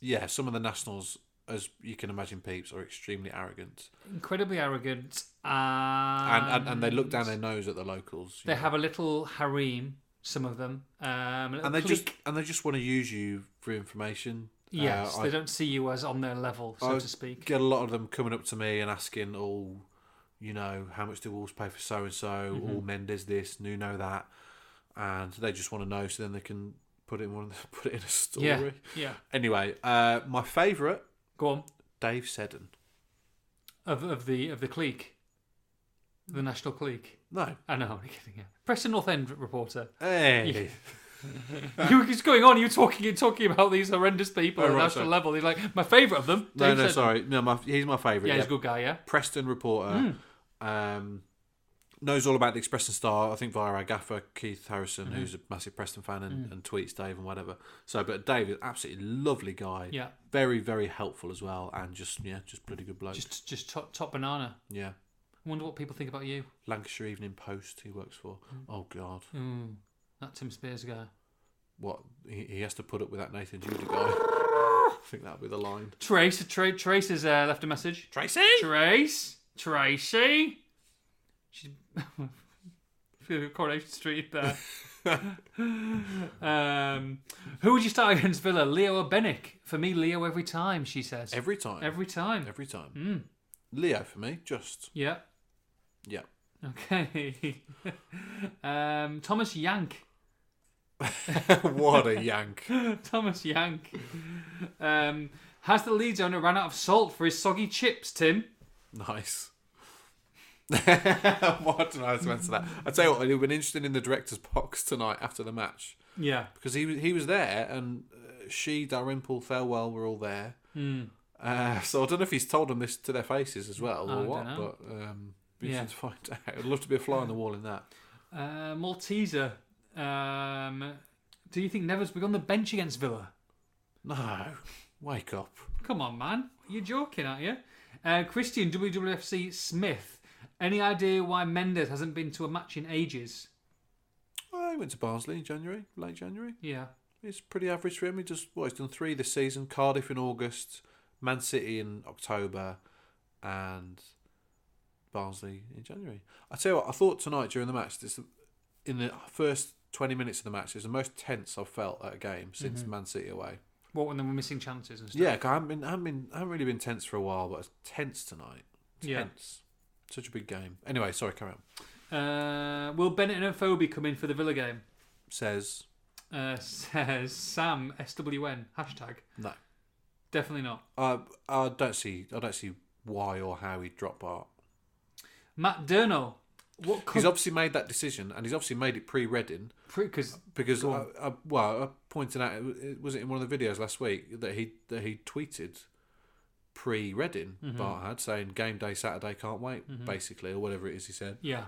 Speaker 3: Yeah, some of the nationals, as you can imagine, peeps are extremely arrogant,
Speaker 2: incredibly arrogant,
Speaker 3: and
Speaker 2: and,
Speaker 3: and, and they look down their nose at the locals. you
Speaker 2: they
Speaker 3: know.
Speaker 2: have a little harem. Some of them, um, a little
Speaker 3: and they just
Speaker 2: clique.
Speaker 3: and they just want to use you for information.
Speaker 2: yes,
Speaker 3: Uh, I
Speaker 2: they don't see you as on their level, so to speak.
Speaker 3: get a lot of them coming up to me and asking, "Oh, you know, how much do Wolves pay for so and so?
Speaker 2: Mm-hmm.
Speaker 3: All Mendes this, Nuno that," and they just want to know so then they can put it in one of the, put it in a story.
Speaker 2: yeah, yeah.
Speaker 3: Anyway, uh, my favourite,
Speaker 2: Go on.
Speaker 3: Dave Seddon.
Speaker 2: Of of the of the clique, the national clique.
Speaker 3: No,
Speaker 2: I know. I'm only kidding. Yeah. Preston North End reporter.
Speaker 3: hey,
Speaker 2: you, it's going on. You're talking. You're talking about these horrendous people
Speaker 3: Oh,
Speaker 2: at
Speaker 3: right,
Speaker 2: national
Speaker 3: sorry.
Speaker 2: level. He's like my favourite of them.
Speaker 3: no,
Speaker 2: Dave
Speaker 3: no,
Speaker 2: said-
Speaker 3: sorry, no, my, he's my favourite.
Speaker 2: Yeah, Hmm.
Speaker 3: yeah.
Speaker 2: he's a good guy. Yeah.
Speaker 3: Preston reporter. Um, knows all about the Express and Star, I think via our gaffer, Keith Harrison,
Speaker 2: Mm-hmm.
Speaker 3: who's a massive Preston fan and,
Speaker 2: Mm.
Speaker 3: and tweets Dave and whatever. So, but Dave is absolutely lovely guy.
Speaker 2: Yeah.
Speaker 3: Very, very helpful as well. And just, yeah, just bloody good bloke.
Speaker 2: Just just top, top banana.
Speaker 3: yeah.
Speaker 2: I wonder what people think about you.
Speaker 3: Lancashire Evening Post, he works for. Oh, God.
Speaker 2: Mm, that Tim Spears guy.
Speaker 3: What? He, he has to put up with that Nathan Judah guy. I think that'll be the line.
Speaker 2: Trace, tra- Trace has uh, left a message.
Speaker 3: Tracy!
Speaker 2: Trace, Tracy. She's Coronation Street there. um, who would you start against Villa? Leo or Bennick? For me, Leo every time. She says
Speaker 3: Every time.
Speaker 2: Every Mm. time.
Speaker 3: Every time. Leo for me, just.
Speaker 2: yeah.
Speaker 3: Yeah.
Speaker 2: Okay. um, Thomas Yank.
Speaker 3: what a yank.
Speaker 2: Thomas Yank. Um, has the Leeds owner ran out of salt for his soggy chips, Tim?
Speaker 3: Nice. what a nice answer to that. I tell you what, it would have been interesting in the director's box tonight after the match
Speaker 2: Yeah.
Speaker 3: because he was- he was there and uh, she, Dalrymple, Farewell were all there. Uh, so I don't know if he's told them this to their faces as well or
Speaker 2: don't
Speaker 3: what,
Speaker 2: know.
Speaker 3: but um, be
Speaker 2: Yeah.
Speaker 3: interesting to find out. I'd love to be a fly on the wall in that.
Speaker 2: Uh, Malteser. Um, do you think Neville's begun the bench against Villa?
Speaker 3: No, wake up.
Speaker 2: Come on, man. You're joking, aren't you? Uh, Christian WWFC Smith. Any idea why Mendes hasn't been to a match in ages?
Speaker 3: Well, Oh, he went to Barnsley in January, late January.
Speaker 2: Yeah.
Speaker 3: It's pretty average for him. He just well, he's done three this season: Cardiff in August, Man City in October, and Barnsley in January. I tell you what, I thought tonight during the match, this in the first twenty minutes of the match, it was the most tense I've felt at a game since Man City away.
Speaker 2: What when they were missing chances and stuff?
Speaker 3: Yeah, 'cause I haven't been, I haven't been, I haven't really been tense for a while, but I was tense tonight.
Speaker 2: Yeah.
Speaker 3: Tense. Such a big game. Anyway, sorry, carry on.
Speaker 2: Uh, will Bennett and Phoebe come in for the Villa game?
Speaker 3: Says
Speaker 2: Uh, says Sam SWN hashtag.
Speaker 3: no.
Speaker 2: Definitely not.
Speaker 3: I I don't see I don't see why or how he'd drop Bart.
Speaker 2: Matt Durnall. What could
Speaker 3: He's obviously made that decision, and he's obviously made it pre-Reading
Speaker 2: because
Speaker 3: because I, I, well, I pointed out it was it in one of the videos last week that he that he tweeted pre-Reading
Speaker 2: Mm-hmm.
Speaker 3: Bart had saying game day Saturday can't wait basically or whatever it is he said.
Speaker 2: yeah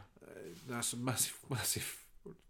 Speaker 3: That's a massive massive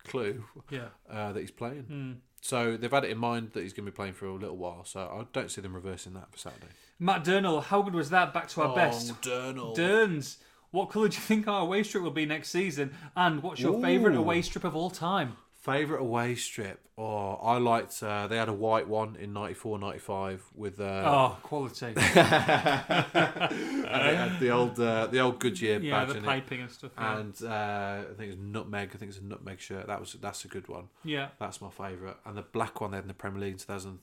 Speaker 3: clue
Speaker 2: yeah Hmm.
Speaker 3: uh, that he's playing. So they've had it in mind that he's going to be playing for a little while. So I don't see them reversing that for Saturday.
Speaker 2: Matt Durnall. How good was that? Back
Speaker 3: Oh,
Speaker 2: to our best.
Speaker 3: Durnall.
Speaker 2: Derns. What colour do you think our away strip will be next season? And what's your
Speaker 3: Ooh.
Speaker 2: favourite away strip of all time?
Speaker 3: Favorite away strip? Oh, I liked. Uh, they had a white one in 94, 95 with. Uh,
Speaker 2: Oh, quality.
Speaker 3: and it had the old uh, the old Goodyear
Speaker 2: Yeah,
Speaker 3: badge
Speaker 2: the
Speaker 3: in it.
Speaker 2: piping and stuff. Yeah.
Speaker 3: And uh, I think it's nutmeg. I think it's a nutmeg shirt. That was that's a good one.
Speaker 2: yeah.
Speaker 3: That's my favourite. And the black one they had in the Premier League in two thousand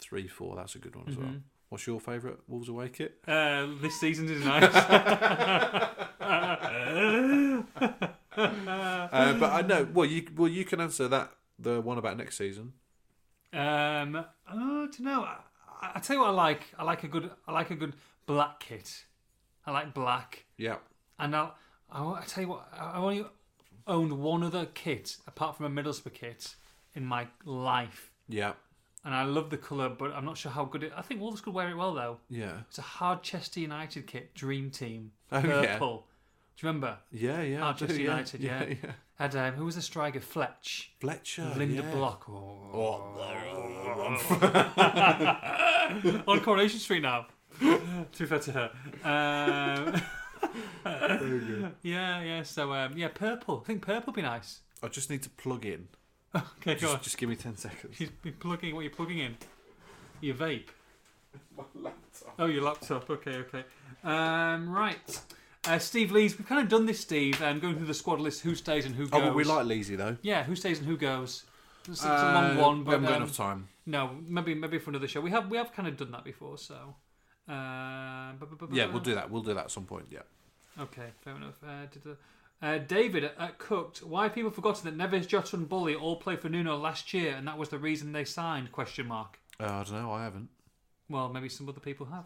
Speaker 3: three four. That's a good one as
Speaker 2: Mm-hmm.
Speaker 3: well. What's your favourite Wolves away kit?
Speaker 2: Uh, this season's is nice.
Speaker 3: Uh, but I know. Well, you well you can answer that the one about next season.
Speaker 2: um, I don't know. I, I I tell you what I like. I like a good. I like a good black kit. I like black.
Speaker 3: Yeah.
Speaker 2: And I'll, I, wa- I tell you what, I I only owned one other kit apart from a Middlesbrough kit in my life,
Speaker 3: Yeah.
Speaker 2: and I love the colour, but I'm not sure how good it. I think Wolves could wear it well though.
Speaker 3: Yeah.
Speaker 2: It's a Hardchester United kit, Dream Team,
Speaker 3: Oh,
Speaker 2: purple.
Speaker 3: yeah.
Speaker 2: Do you remember?
Speaker 3: Yeah. Yeah. I do,
Speaker 2: Manchester
Speaker 3: yeah,
Speaker 2: United, yeah.
Speaker 3: Yeah. yeah.
Speaker 2: Had um, who was the striker? Fletch,
Speaker 3: Fletcher.
Speaker 2: Linda
Speaker 3: Oh, yeah.
Speaker 2: Block, or
Speaker 3: Oh,
Speaker 2: on Coronation Street now. Too fair to her. Um, yeah, yeah. So um, yeah, purple. I think purple would be nice.
Speaker 3: I just need to plug in.
Speaker 2: Okay, go on.
Speaker 3: Just, just give me ten seconds.
Speaker 2: He's been plugging. What are you plugging in? Your vape. My laptop. Oh, your laptop. Okay, okay. Um, right. Uh, Steve Lees. We've kind of done this, Steve. Um, going through the squad list. Who stays and who
Speaker 3: Oh,
Speaker 2: goes?
Speaker 3: but we like Leezy though.
Speaker 2: Yeah, who stays and who goes. It's, it's a long
Speaker 3: Uh,
Speaker 2: one,
Speaker 3: we
Speaker 2: but
Speaker 3: haven't got
Speaker 2: um,
Speaker 3: enough time.
Speaker 2: no, maybe maybe for another show. We have we have kind of done that before, so. Uh, bu- bu- bu- bu-
Speaker 3: Yeah, we'll do that. We'll do that at some point. Yeah.
Speaker 2: Okay, fair enough. Uh, did the- uh, David at, at Cooked. Why have people forgotten that Neves, Jota, and Bully all played for Nuno last year, and that was the reason they signed? Question mark.
Speaker 3: Uh, I don't know. I haven't.
Speaker 2: Well, maybe some other people have.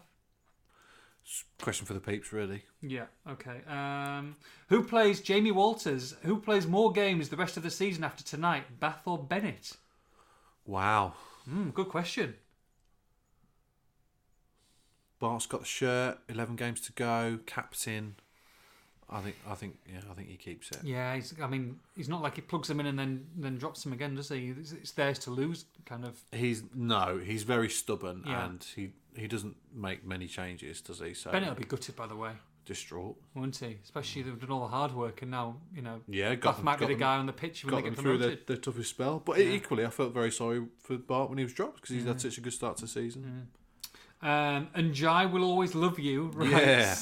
Speaker 3: Question for the peeps, really.
Speaker 2: Yeah. Okay. Um, who plays Jamie Walters? Who plays more games the rest of the season after tonight, Bath or Bennett?
Speaker 3: Wow.
Speaker 2: Hmm. good question.
Speaker 3: Bart's got the shirt. Eleven games to go. Captain. I think I think yeah, I think he keeps it.
Speaker 2: Yeah, he's, I mean, he's not like he plugs them in and then then drops them again, does he? It's, it's theirs to lose, kind of.
Speaker 3: He's no, he's very stubborn
Speaker 2: Yeah.
Speaker 3: and he he doesn't make many changes, does he? So
Speaker 2: Bennett will be gutted, by the way,
Speaker 3: distraught.
Speaker 2: won't he? Especially they've done all the hard work and now, you know,
Speaker 3: Yeah, got
Speaker 2: Bath
Speaker 3: them,
Speaker 2: might be
Speaker 3: got
Speaker 2: the
Speaker 3: them-
Speaker 2: guy on the pitch when
Speaker 3: got
Speaker 2: they
Speaker 3: them
Speaker 2: get
Speaker 3: through their,
Speaker 2: promoted.
Speaker 3: their toughest spell. But equally, I felt very sorry for Bart when he was dropped because he's
Speaker 2: Mm.
Speaker 3: had such a good start to the season.
Speaker 2: Um, and Jai will always love you, right?
Speaker 3: Yeah.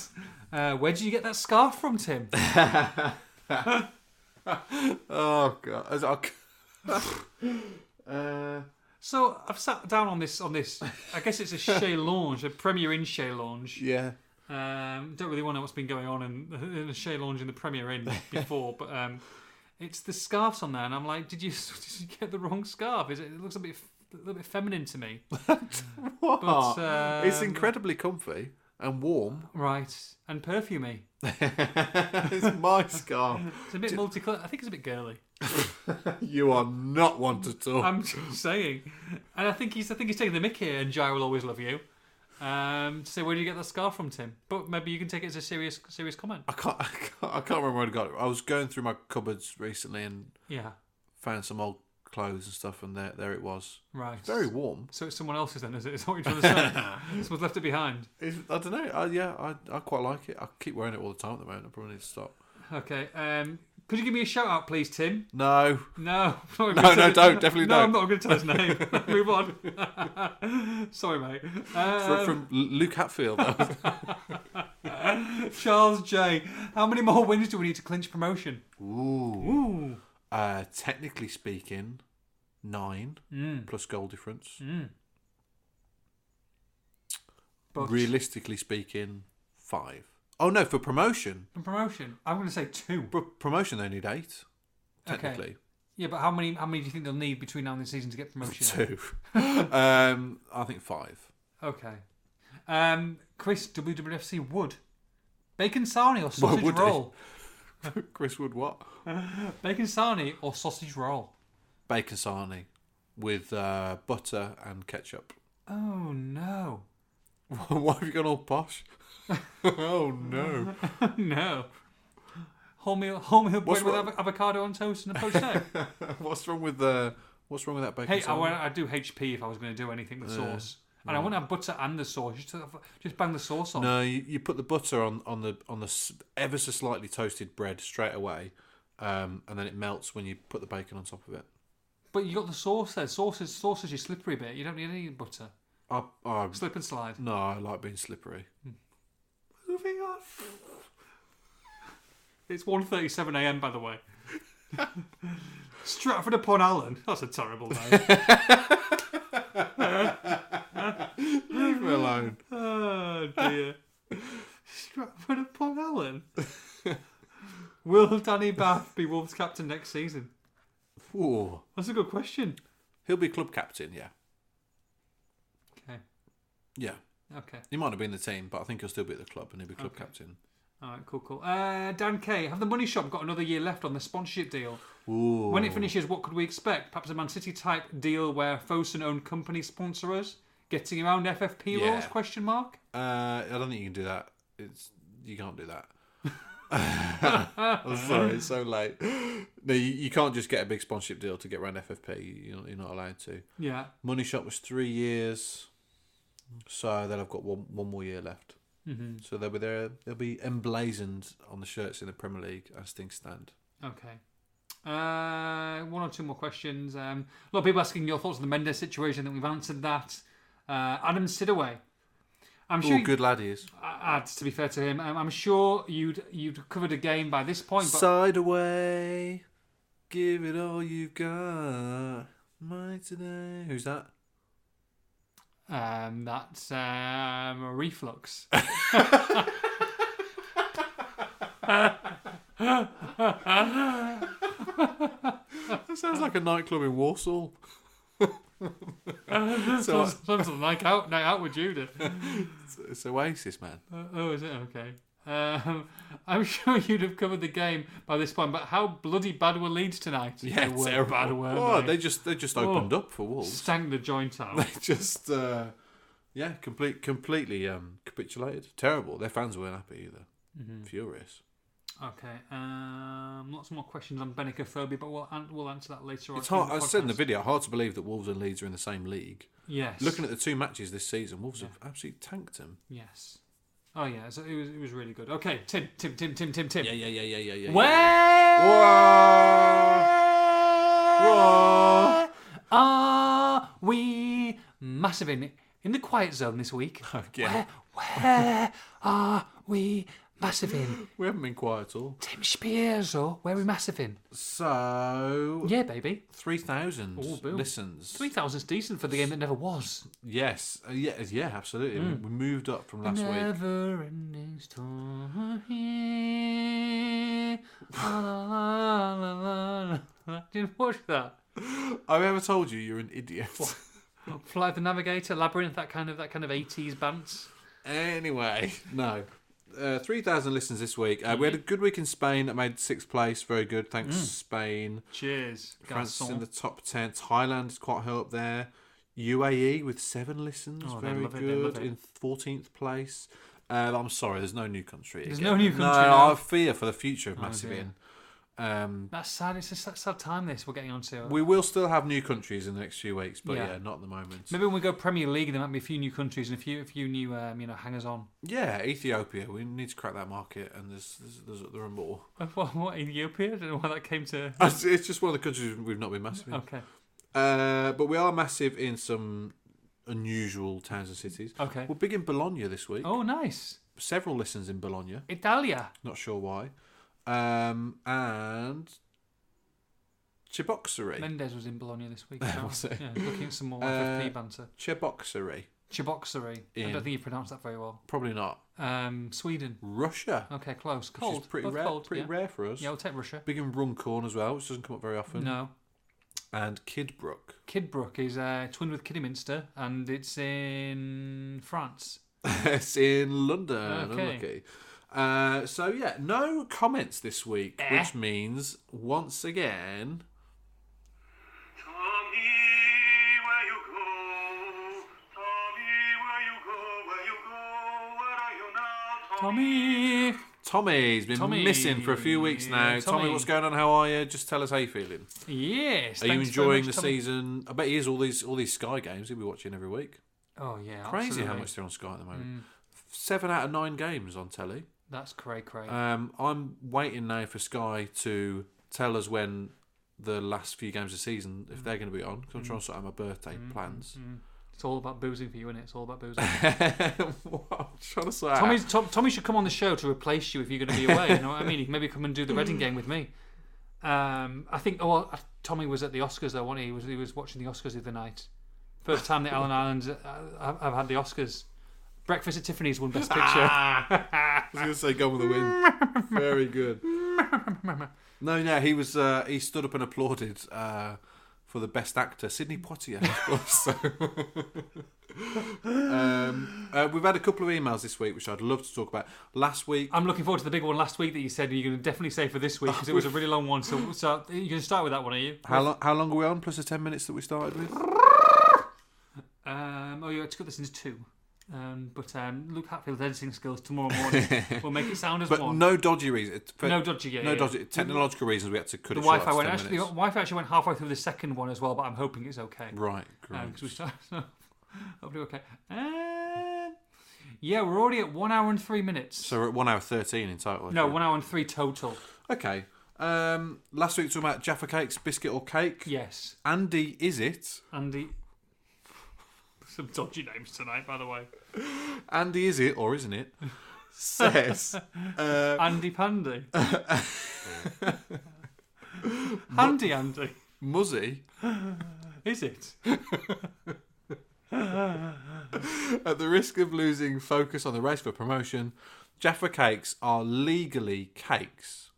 Speaker 2: Uh, where did you get that scarf from, Tim?
Speaker 3: Oh god, As I c- uh,
Speaker 2: so I've sat down on this on this. I guess it's a Chez Lounge, a Premier Inn Chez Lounge.
Speaker 3: yeah,
Speaker 2: Um, don't really want to know what's been going on in, in the Shea Lounge in the Premier Inn before, but um, it's the scarves on there, and I'm like, did you did you get the wrong scarf? Is it? It looks a bit a little bit feminine to me.
Speaker 3: what?
Speaker 2: But,
Speaker 3: Oh, it's
Speaker 2: um,
Speaker 3: incredibly comfy and warm.
Speaker 2: Right, and perfumey.
Speaker 3: it's my scarf.
Speaker 2: It's a bit multicolored. I think it's a bit girly.
Speaker 3: You are not one to talk.
Speaker 2: I'm just saying, and I think he's I think he's taking the mick here, and Jai will always love you. Um, to say where do you get that scarf from, Tim? But maybe you can take it as a serious serious comment.
Speaker 3: I can't, I can't. I can't remember where I got it. I was going through my cupboards recently and
Speaker 2: Yeah,
Speaker 3: found some old clothes and stuff, and there, there it was.
Speaker 2: right.
Speaker 3: Very warm.
Speaker 2: So it's someone else's then, is it? Is what you're trying to say? Someone's left it behind.
Speaker 3: It's, I don't know. I, yeah, I, I quite like it. I keep wearing it all the time at the moment. I probably need to stop.
Speaker 2: Okay. Um, could you give me a shout out, please, Tim?
Speaker 3: No,
Speaker 2: No. No,
Speaker 3: no, don't, definitely
Speaker 2: no,
Speaker 3: don't.
Speaker 2: I'm not going to tell his name. Move on. Sorry, mate.
Speaker 3: from,
Speaker 2: Um,
Speaker 3: from L- Luke Hatfield. That was-
Speaker 2: Charles J. How many more wins do we need to clinch promotion?
Speaker 3: Ooh.
Speaker 2: Ooh.
Speaker 3: Uh, technically speaking, nine
Speaker 2: Mm.
Speaker 3: plus goal difference.
Speaker 2: Mm. But
Speaker 3: Realistically speaking, five. Oh no, for promotion.
Speaker 2: for promotion, I'm going to say two.
Speaker 3: Pro- promotion they need eight.
Speaker 2: Okay.
Speaker 3: Technically,
Speaker 2: Yeah, but how many? How many do you think they'll need between now and the season to get promotion?
Speaker 3: two. um, I think five.
Speaker 2: Okay. Um, Chris WWFC Wood, bacon sarnie or
Speaker 3: Well,
Speaker 2: sausage
Speaker 3: would he?
Speaker 2: roll.
Speaker 3: Chris Wood what?
Speaker 2: Bacon sarnie or sausage roll?
Speaker 3: Bacon sarnie with uh, butter and ketchup.
Speaker 2: Oh no.
Speaker 3: Why have you gone all posh? oh no!
Speaker 2: no. Wholemeal, wholemeal
Speaker 3: What's
Speaker 2: bread with
Speaker 3: wrong-
Speaker 2: av- avocado on toast and a poached egg.
Speaker 3: What's wrong with the? What's wrong with that bacon?
Speaker 2: hey, I,
Speaker 3: sarnie?
Speaker 2: want, I'd do HP if I was going to do anything with sauce. And I wouldn't have butter and the sauce. Just, have, just bang the sauce on.
Speaker 3: No, you, you put the butter on on the on the s- ever so slightly toasted bread straight away, um, and then it melts when you put the bacon on top of it.
Speaker 2: But you got the sauce there. Sauce is, sauce is your slippery bit. You don't need any butter.
Speaker 3: I, I
Speaker 2: Slip and slide.
Speaker 3: no, I like being slippery.
Speaker 2: Moving on. It's 1.37 a.m., by the way. Stratford upon Allen. That's a terrible name.
Speaker 3: Leave me alone.
Speaker 2: Oh dear. Stratford upon Allen. Will Danny Bath be Wolves captain next season?
Speaker 3: Ooh.
Speaker 2: That's a good question.
Speaker 3: He'll be club captain. Yeah,
Speaker 2: Okay.
Speaker 3: yeah.
Speaker 2: Okay.
Speaker 3: He might have been the team, but I think he'll still be at the club and he'll be club captain.
Speaker 2: All right. Cool. Cool. Uh, Dan K. Have the money shop got another year left on the sponsorship deal?
Speaker 3: Ooh.
Speaker 2: When it finishes, what could we expect? Perhaps a Man City type deal where Fosun owned company sponsor us, getting around FFP
Speaker 3: Yeah.
Speaker 2: laws? Question mark.
Speaker 3: Uh, I don't think you can do that. It's you can't do that. I'm sorry, it's so late. No, you, you can't just get a big sponsorship deal to get around FFP. You're, you're not allowed to.
Speaker 2: Yeah.
Speaker 3: Money Shot was three years, so then I've got one one more year left.
Speaker 2: Mm-hmm.
Speaker 3: So they'll be there. They'll be emblazoned on the shirts in the Premier League as things stand.
Speaker 2: Okay. Uh, one or two more questions. Um, a lot of people asking your thoughts on the Mendes situation. I think we've answered that. Uh, Adam Sidaway. I'm sure.
Speaker 3: All good lad he is.
Speaker 2: Uh, to be fair to him, um, I'm sure you'd you'd covered a game by this point. But
Speaker 3: Side away, give it all you've got. My today. Who's that?
Speaker 2: um, that's um, a reflux.
Speaker 3: That sounds like a nightclub in Warsaw. so,
Speaker 2: Sounds sounds like out night out with Judah.
Speaker 3: it's Oasis, man.
Speaker 2: Uh, oh, is it okay? Um, I'm sure you'd have covered the game by this point. But how bloody bad were Leeds tonight? they were
Speaker 3: terrible.
Speaker 2: bad, weren't
Speaker 3: oh,
Speaker 2: they?
Speaker 3: they Oh. just they just opened up for Wolves.
Speaker 2: stank the joint out.
Speaker 3: They just uh, yeah, Mm-hmm. complete completely um, capitulated. Terrible. Their fans weren't happy either. Furious.
Speaker 2: Okay. Um, lots more questions on Benicophobia, but we'll, an- we'll answer that later on.
Speaker 3: It's hard.
Speaker 2: the
Speaker 3: I said in the
Speaker 2: podcast.
Speaker 3: video, hard to believe that Wolves and Leeds are in the same league.
Speaker 2: Yes.
Speaker 3: Looking at the two matches this season, Wolves have absolutely tanked them.
Speaker 2: Yes. Oh yeah, so it was it was really good. Okay, Tim, Tim, Tim, Tim, Tim, Tim.
Speaker 3: Yeah, yeah, yeah, yeah, yeah, yeah.
Speaker 2: Where
Speaker 3: Whoa!
Speaker 2: are we massive in in the quiet zone this week?
Speaker 3: Again,
Speaker 2: Where are we massive in?
Speaker 3: we haven't been quiet at all.
Speaker 2: Tim Spierzo, where are we massive in?
Speaker 3: So
Speaker 2: Yeah, baby.
Speaker 3: three thousand
Speaker 2: Oh, boom.
Speaker 3: listens.
Speaker 2: Three thousand's decent for the game that never was.
Speaker 3: Yes, uh, yeah, yeah, absolutely. We, we moved up from last week.
Speaker 2: Never ending story. La, la, la, la, la. Did you watch that?
Speaker 3: I've ever told you you're an idiot.
Speaker 2: Flight of the Navigator, Labyrinth, that kind of that kind of eighties bands.
Speaker 3: Anyway, no. Uh, 3,000 listens this week. Uh, we
Speaker 2: Mm.
Speaker 3: had a good week in Spain. I made sixth place. Very good. Thanks, Spain.
Speaker 2: Cheers.
Speaker 3: France is in the top 10. Thailand is quite high up there. UAE with seven listens.
Speaker 2: Oh, they
Speaker 3: very
Speaker 2: love it, they
Speaker 3: good.
Speaker 2: love it.
Speaker 3: In 14th place. Uh, I'm sorry, there's no new country.
Speaker 2: There's
Speaker 3: again.
Speaker 2: no new country
Speaker 3: No,
Speaker 2: now. Oh,
Speaker 3: I fear for the future of Massive
Speaker 2: dear.
Speaker 3: In. Um,
Speaker 2: That's sad. It's a sad, sad time this we're getting onto.
Speaker 3: we will still have new countries in the next few weeks, but yeah,
Speaker 2: Yeah.
Speaker 3: not at the moment.
Speaker 2: Maybe when we go Premier League, there might be a few new countries and a few a few new um, you know hangers on.
Speaker 3: Yeah, Ethiopia. We need to crack that market, and there's, there's, there's there are more.
Speaker 2: What, what Ethiopia? I don't know why that came to.
Speaker 3: It's it's just one of the countries we've not been massive in.
Speaker 2: Okay.
Speaker 3: Uh, but we are massive in some unusual towns and cities.
Speaker 2: Okay.
Speaker 3: We're big in Bologna this week.
Speaker 2: Oh, nice.
Speaker 3: Several listens in Bologna.
Speaker 2: Italia.
Speaker 3: Not sure why. Um, and Chiboxery.
Speaker 2: Mendes was in Bologna this week. So,
Speaker 3: Was he?
Speaker 2: Yeah, looking at some more
Speaker 3: Uh,
Speaker 2: FFP banter.
Speaker 3: Chiboxery.
Speaker 2: Chiboxery. I
Speaker 3: in-
Speaker 2: don't think you pronounced that very well.
Speaker 3: Probably not.
Speaker 2: Um, Sweden.
Speaker 3: Russia.
Speaker 2: Okay, close.
Speaker 3: Which
Speaker 2: Cold.
Speaker 3: is pretty
Speaker 2: Both
Speaker 3: rare.
Speaker 2: Cold.
Speaker 3: pretty
Speaker 2: yeah.
Speaker 3: rare for us.
Speaker 2: Yeah, we'll take Russia.
Speaker 3: Big in Runcorn as well, which doesn't come up very often.
Speaker 2: No.
Speaker 3: And Kidbrook.
Speaker 2: Kidbrook is uh, twinned with Kidderminster, and it's in France.
Speaker 3: it's in London.
Speaker 2: Okay.
Speaker 3: Unlucky. Uh, so yeah, no comments this week,
Speaker 2: Eh.
Speaker 3: which means once again.
Speaker 4: Tell me where you go. Tell me where you go, where you go, where are you now? Tell me.
Speaker 2: Tommy,
Speaker 3: Tommy's been
Speaker 2: Tommy.
Speaker 3: missing for a few weeks now.
Speaker 2: Yeah,
Speaker 3: Tommy.
Speaker 2: Tommy.
Speaker 3: what's going on? How are you? Just tell us how you're feeling.
Speaker 2: yes.
Speaker 3: Are you
Speaker 2: thanks very
Speaker 3: enjoying
Speaker 2: much,
Speaker 3: the
Speaker 2: Tommy.
Speaker 3: season? I bet he is all these all these Sky games he'll be watching every week.
Speaker 2: Oh yeah,
Speaker 3: Crazy
Speaker 2: absolutely.
Speaker 3: how
Speaker 2: Mm.
Speaker 3: much they're on Sky at the moment. Seven out of nine games on telly.
Speaker 2: That's cray cray.
Speaker 3: Um, I'm waiting now for Sky to tell us when the last few games of the season, if
Speaker 2: Mm.
Speaker 3: they're going to be on, 'cause I'm trying to sort out my birthday plans.
Speaker 2: it's all about boozing for you, isn't it? It's all about boozing.
Speaker 3: What? I'm trying to sort out-
Speaker 2: Tommy's, Tom, Tommy should come on the show to replace you if you're going to be away. You know what I mean? He can maybe come and do the Reading game with me. Um, I think. Oh, well, I- Tommy was at the Oscars though, wasn't he? He was, he was watching the Oscars the other night. First time that Alan Islands uh, I've, I've had the Oscars. Breakfast at Tiffany's won Best Picture.
Speaker 3: I was going to say Gone with the Wind. Very good. No, no, he was. Uh, he stood up and applauded uh, for the best actor, Sidney Poitier. Of course. so, um, uh, we've had a couple of emails this week, which I'd love to talk about. Last week,
Speaker 2: I'm looking forward to the big one last week that you said you're going to definitely say for this week because it was a really long one. So, so you're going to start with that one, are you?
Speaker 3: how, lo- how long are we on? Plus the ten minutes that we started with.
Speaker 2: Um, oh, you had to cut this into two. Um, but um, Luke Hatfield's editing skills tomorrow morning will make it sound as
Speaker 3: But
Speaker 2: one.
Speaker 3: no dodgy reasons.
Speaker 2: No dodgy, yeah,
Speaker 3: no
Speaker 2: yeah,
Speaker 3: dodgy
Speaker 2: yeah.
Speaker 3: technological reasons. We had to cut
Speaker 2: the
Speaker 3: it short
Speaker 2: Wi-Fi
Speaker 3: after
Speaker 2: went
Speaker 3: 10
Speaker 2: actually. The
Speaker 3: minutes.
Speaker 2: Wi-Fi actually went halfway through the second one as well, but I'm hoping it's okay.
Speaker 3: Right, great.
Speaker 2: Because we started. So hopefully okay. Um, yeah, we're already at one hour and three minutes.
Speaker 3: so we're at one hour thirteen in total. I
Speaker 2: no,
Speaker 3: think.
Speaker 2: one hour and three total.
Speaker 3: Okay. Um, last week talking about Jaffa cakes, biscuit or cake.
Speaker 2: Yes,
Speaker 3: Andy, is it?
Speaker 2: Andy. Some dodgy names tonight, by the way.
Speaker 3: Andy, is it or isn't it? Says uh,
Speaker 2: Andy Pandy. Handy Andy.
Speaker 3: Muzzy
Speaker 2: Is it?
Speaker 3: at the risk of losing focus on the race for promotion. Jaffa cakes are legally cakes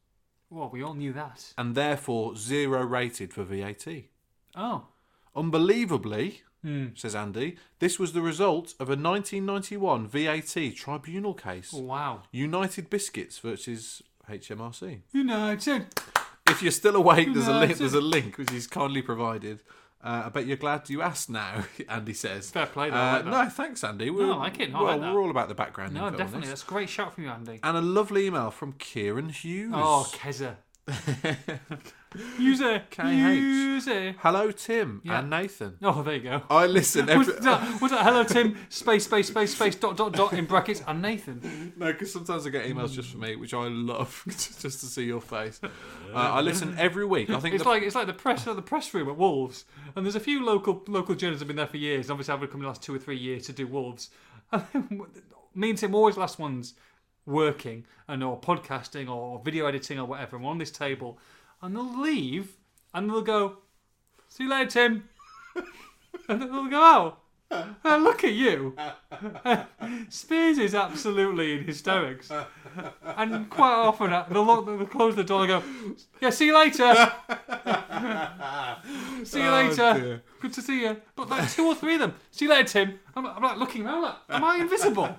Speaker 2: Well, we all knew that.
Speaker 3: and therefore zero rated for VAT.
Speaker 2: Oh.
Speaker 3: Unbelievably, says Andy, this was the result of a 1991 VAT tribunal case.
Speaker 2: Wow.
Speaker 3: United Biscuits versus HMRC.
Speaker 2: United.
Speaker 3: If you're still awake, there's a link.
Speaker 2: United.
Speaker 3: There's a link which is kindly provided. Uh, I bet you're glad you asked now, Andy says.
Speaker 2: Fair play, though, I
Speaker 3: Uh,
Speaker 2: like that.
Speaker 3: no, thanks, Andy. We're,
Speaker 2: No, I like it. I
Speaker 3: well,
Speaker 2: like that.
Speaker 3: we're all about the background.
Speaker 2: No,
Speaker 3: info on
Speaker 2: definitely.
Speaker 3: this.
Speaker 2: That's a great shout from you, Andy.
Speaker 3: And a lovely email from Kieran Hughes.
Speaker 2: Oh, Keza. User.
Speaker 3: KH.
Speaker 2: User.
Speaker 3: Hello, Tim
Speaker 2: Yeah.
Speaker 3: and Nathan.
Speaker 2: Oh, there you go.
Speaker 3: I listen. Every,
Speaker 2: Was that, was that hello Tim space space space space dot dot dot in brackets and Nathan?
Speaker 3: No, because sometimes I get emails just for me, which I love just to see your face. Uh, I listen every week. I think
Speaker 2: It's
Speaker 3: the,
Speaker 2: like it's like the press the press room at Wolves, and there's a few local local journalists have been there for years. Obviously, I've come in the last two or three years to do Wolves. And then me and Tim were always last ones working and or podcasting or video editing or whatever. And we're on this table, and they'll leave and they'll go, "See you later, Tim," and then they'll go out. "Oh, look at you. Spears is absolutely in hysterics. And quite often, uh, they'll, lock, they'll close the door and go, Yeah, see you later. see you
Speaker 3: Oh,
Speaker 2: later.
Speaker 3: dear.
Speaker 2: Good to see you. But like two or three of them, see you later, Tim. I'm, I'm like looking around, like, Am I invisible?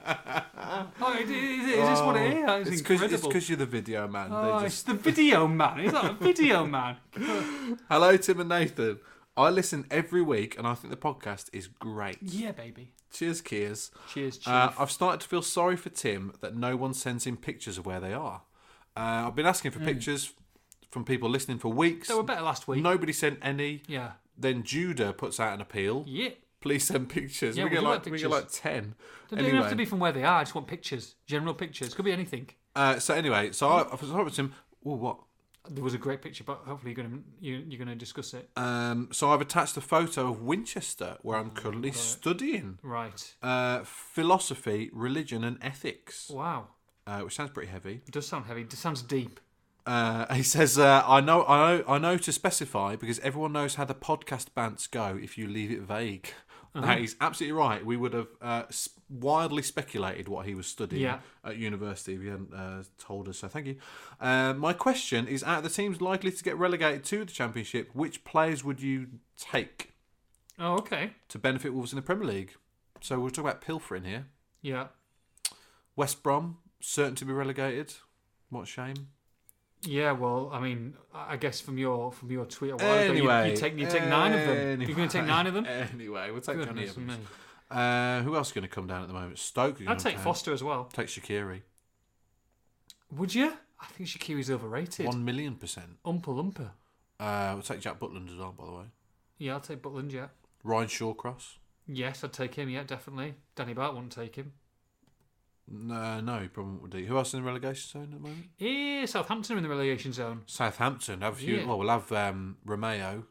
Speaker 2: Oh, is, is, is this what it is? Like, It's,
Speaker 3: Oh, it's
Speaker 2: incredible.
Speaker 3: because you're the video man. They
Speaker 2: Oh,
Speaker 3: just-
Speaker 2: it's the video man. Is that a video man?
Speaker 3: Hello, Tim and Nathan. I listen every week, and I think the podcast is great.
Speaker 2: Yeah, baby.
Speaker 3: Cheers, Kiers.
Speaker 2: Cheers, chief.
Speaker 3: Uh, I've started to feel sorry for Tim that no one sends him pictures of where they are. Uh, I've been asking for
Speaker 2: Hmm.
Speaker 3: pictures from people listening for weeks.
Speaker 2: they were better last week.
Speaker 3: Nobody sent any.
Speaker 2: Yeah.
Speaker 3: Then Judah puts out an appeal.
Speaker 2: Yeah.
Speaker 3: Please send pictures.
Speaker 2: Yeah,
Speaker 3: we,
Speaker 2: we
Speaker 3: get
Speaker 2: do
Speaker 3: like
Speaker 2: like
Speaker 3: we get like
Speaker 2: pictures.
Speaker 3: ten.
Speaker 2: They don't even have to be from where they are. I just want pictures, general pictures. Could be anything.
Speaker 3: Uh, so anyway, so I, I was talking to him. Oh, what?
Speaker 2: There was a great picture, but hopefully you're going to you, you're going to discuss it.
Speaker 3: Um, so I've attached a photo of Winchester, where I'm currently studying
Speaker 2: Right.
Speaker 3: uh, philosophy, religion, and ethics,
Speaker 2: Wow.
Speaker 3: uh, which sounds pretty heavy.
Speaker 2: It does sound heavy. It sounds deep.
Speaker 3: Uh, he says, uh, "I know, I know, I know to specify because everyone knows how the podcast bants go if you leave it vague." Now, he's absolutely right. We would have uh, s- wildly speculated what he was studying
Speaker 2: Yeah.
Speaker 3: at university if he hadn't uh, told us. So thank you. Uh, my question is: Out of the teams likely to get relegated to the championship, which players would you take
Speaker 2: Oh, okay.
Speaker 3: to benefit Wolves in the Premier League? So we're talking about pilfering here.
Speaker 2: Yeah.
Speaker 3: West Brom certain to be relegated. What a shame.
Speaker 2: Yeah. Well, I mean, I I guess from your from your tweet a while ago, you, you take you take nine of them. You're going to take nine of them.
Speaker 3: Anyway, we'll take none
Speaker 2: Goodness
Speaker 3: of
Speaker 2: me.
Speaker 3: them. Uh, who else is going to come down at the moment? Stoke. are
Speaker 2: I'd
Speaker 3: gonna
Speaker 2: take
Speaker 3: come down.
Speaker 2: Foster as well.
Speaker 3: Take Shakiri.
Speaker 2: Would you? I think Shakiri's overrated.
Speaker 3: One million percent.
Speaker 2: Umpa lumpa.
Speaker 3: Uh, we'll take Jack Butland as well, by the way.
Speaker 2: Yeah, I'll take Butland. Yeah.
Speaker 3: Ryan Shawcross.
Speaker 2: Yes, I'd take him. Yeah, definitely. Danny Bart wouldn't take him.
Speaker 3: No, uh, no, he probably would do. Who else in the relegation zone at the moment?
Speaker 2: Yeah, Eh, Southampton are in the relegation zone.
Speaker 3: Southampton. Have you?
Speaker 2: Yeah.
Speaker 3: Well, we'll have um, Romeo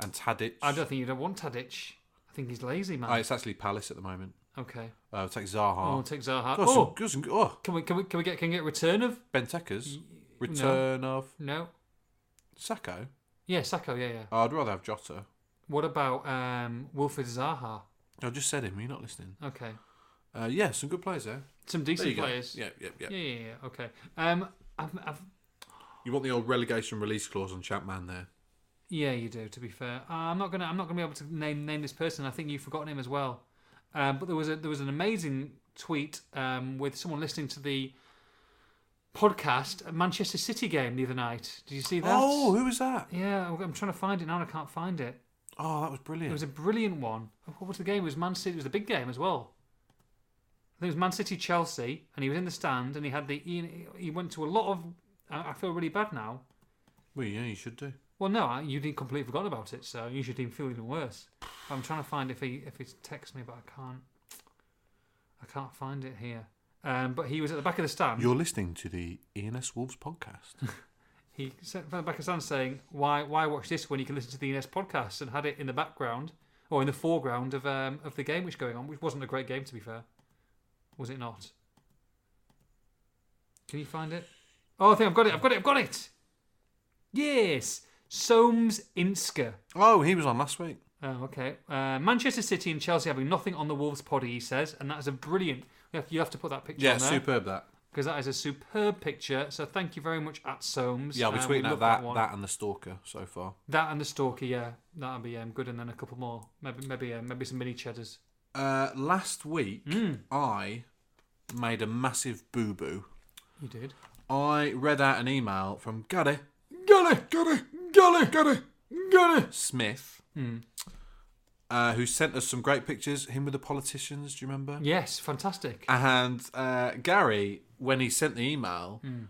Speaker 3: and Tadic.
Speaker 2: I don't think you'd want Tadic. I think he's lazy, man.
Speaker 3: Oh, it's actually Palace at the moment.
Speaker 2: Okay.
Speaker 3: Uh, we'll take
Speaker 2: Oh,
Speaker 3: Zaha.
Speaker 2: we'll take Zaha.
Speaker 3: Got some-
Speaker 2: oh,
Speaker 3: got some- oh,
Speaker 2: can we can we can we get can we get a return of
Speaker 3: Benteka's return of
Speaker 2: no?
Speaker 3: Sacco.
Speaker 2: Yeah, Sacco. Yeah, yeah.
Speaker 3: Oh, I'd rather have Jota.
Speaker 2: What about um Wilfred Zaha?
Speaker 3: I just said him. You're not listening.
Speaker 2: Okay,
Speaker 3: Uh, yeah, some good players there.
Speaker 2: some
Speaker 3: There
Speaker 2: decent
Speaker 3: you go.
Speaker 2: players.
Speaker 3: Yeah, yeah, yeah,
Speaker 2: Yeah, yeah, yeah. Okay. Um, I've, I've
Speaker 3: You want the old relegation release clause on Chapman there?
Speaker 2: yeah, you do. To be fair, uh, I'm not gonna I'm not gonna be able to name name this person. I think you've forgotten him as well. Um, but there was a there was an amazing tweet um with someone listening to the podcast at Manchester City game the other night. Did you see that?
Speaker 3: Oh, who was that?
Speaker 2: Yeah, I'm trying to find it now and I can't find it.
Speaker 3: Oh, that was
Speaker 2: It
Speaker 3: brilliant.
Speaker 2: was a brilliant one. What was the game? It was Man City. It was a big game as well. I think it was Man City Chelsea, and he was in the stand, and he had the he, he went to a lot of. I I feel really bad now.
Speaker 3: well, yeah, you should do.
Speaker 2: Well, no, I, you didn't completely forgot about it, so you should even feel even worse. I'm trying to find if he if he texts me, but I can't. I can't find it here. Um, but he was at the back of the stand.
Speaker 3: You're listening to the ENS Wolves podcast.
Speaker 2: he sent from the back of the stand saying, "Why why watch this when you can listen to the ENS podcast?" And had it in the background or in the foreground of um, of the game which was going on, which wasn't a great game to be fair, was it not? Can you find it? Oh, I think I've got it. I've got it. I've got it. Yes, Soames Inska.
Speaker 3: oh, he was on last week.
Speaker 2: Oh, okay. Uh, Manchester City and Chelsea having nothing on the Wolves poddy, he says, and that is a brilliant. You have, you have to put that picture
Speaker 3: Yeah,
Speaker 2: on there
Speaker 3: superb that.
Speaker 2: because that is a superb picture. So thank you very much at Soames.
Speaker 3: Yeah, I'll be
Speaker 2: Uh, we
Speaker 3: tweeting out
Speaker 2: love
Speaker 3: that,
Speaker 2: one.
Speaker 3: that, and the Stalker so far.
Speaker 2: That and the stalker, yeah, that'd be um, good, and then a couple more, maybe maybe uh, maybe some mini cheddars.
Speaker 3: Uh, last week,
Speaker 2: Hmm.
Speaker 3: I made a massive boo boo.
Speaker 2: You did.
Speaker 3: I read out an email from Gaddy.
Speaker 2: Got it.
Speaker 3: Gaddy, Gaddy, Gaddy. Smith,
Speaker 2: Hmm.
Speaker 3: uh, who sent us some great pictures. Him with the politicians. Do you remember?
Speaker 2: Yes, fantastic.
Speaker 3: And uh, Gary, when he sent the email,
Speaker 2: Hmm.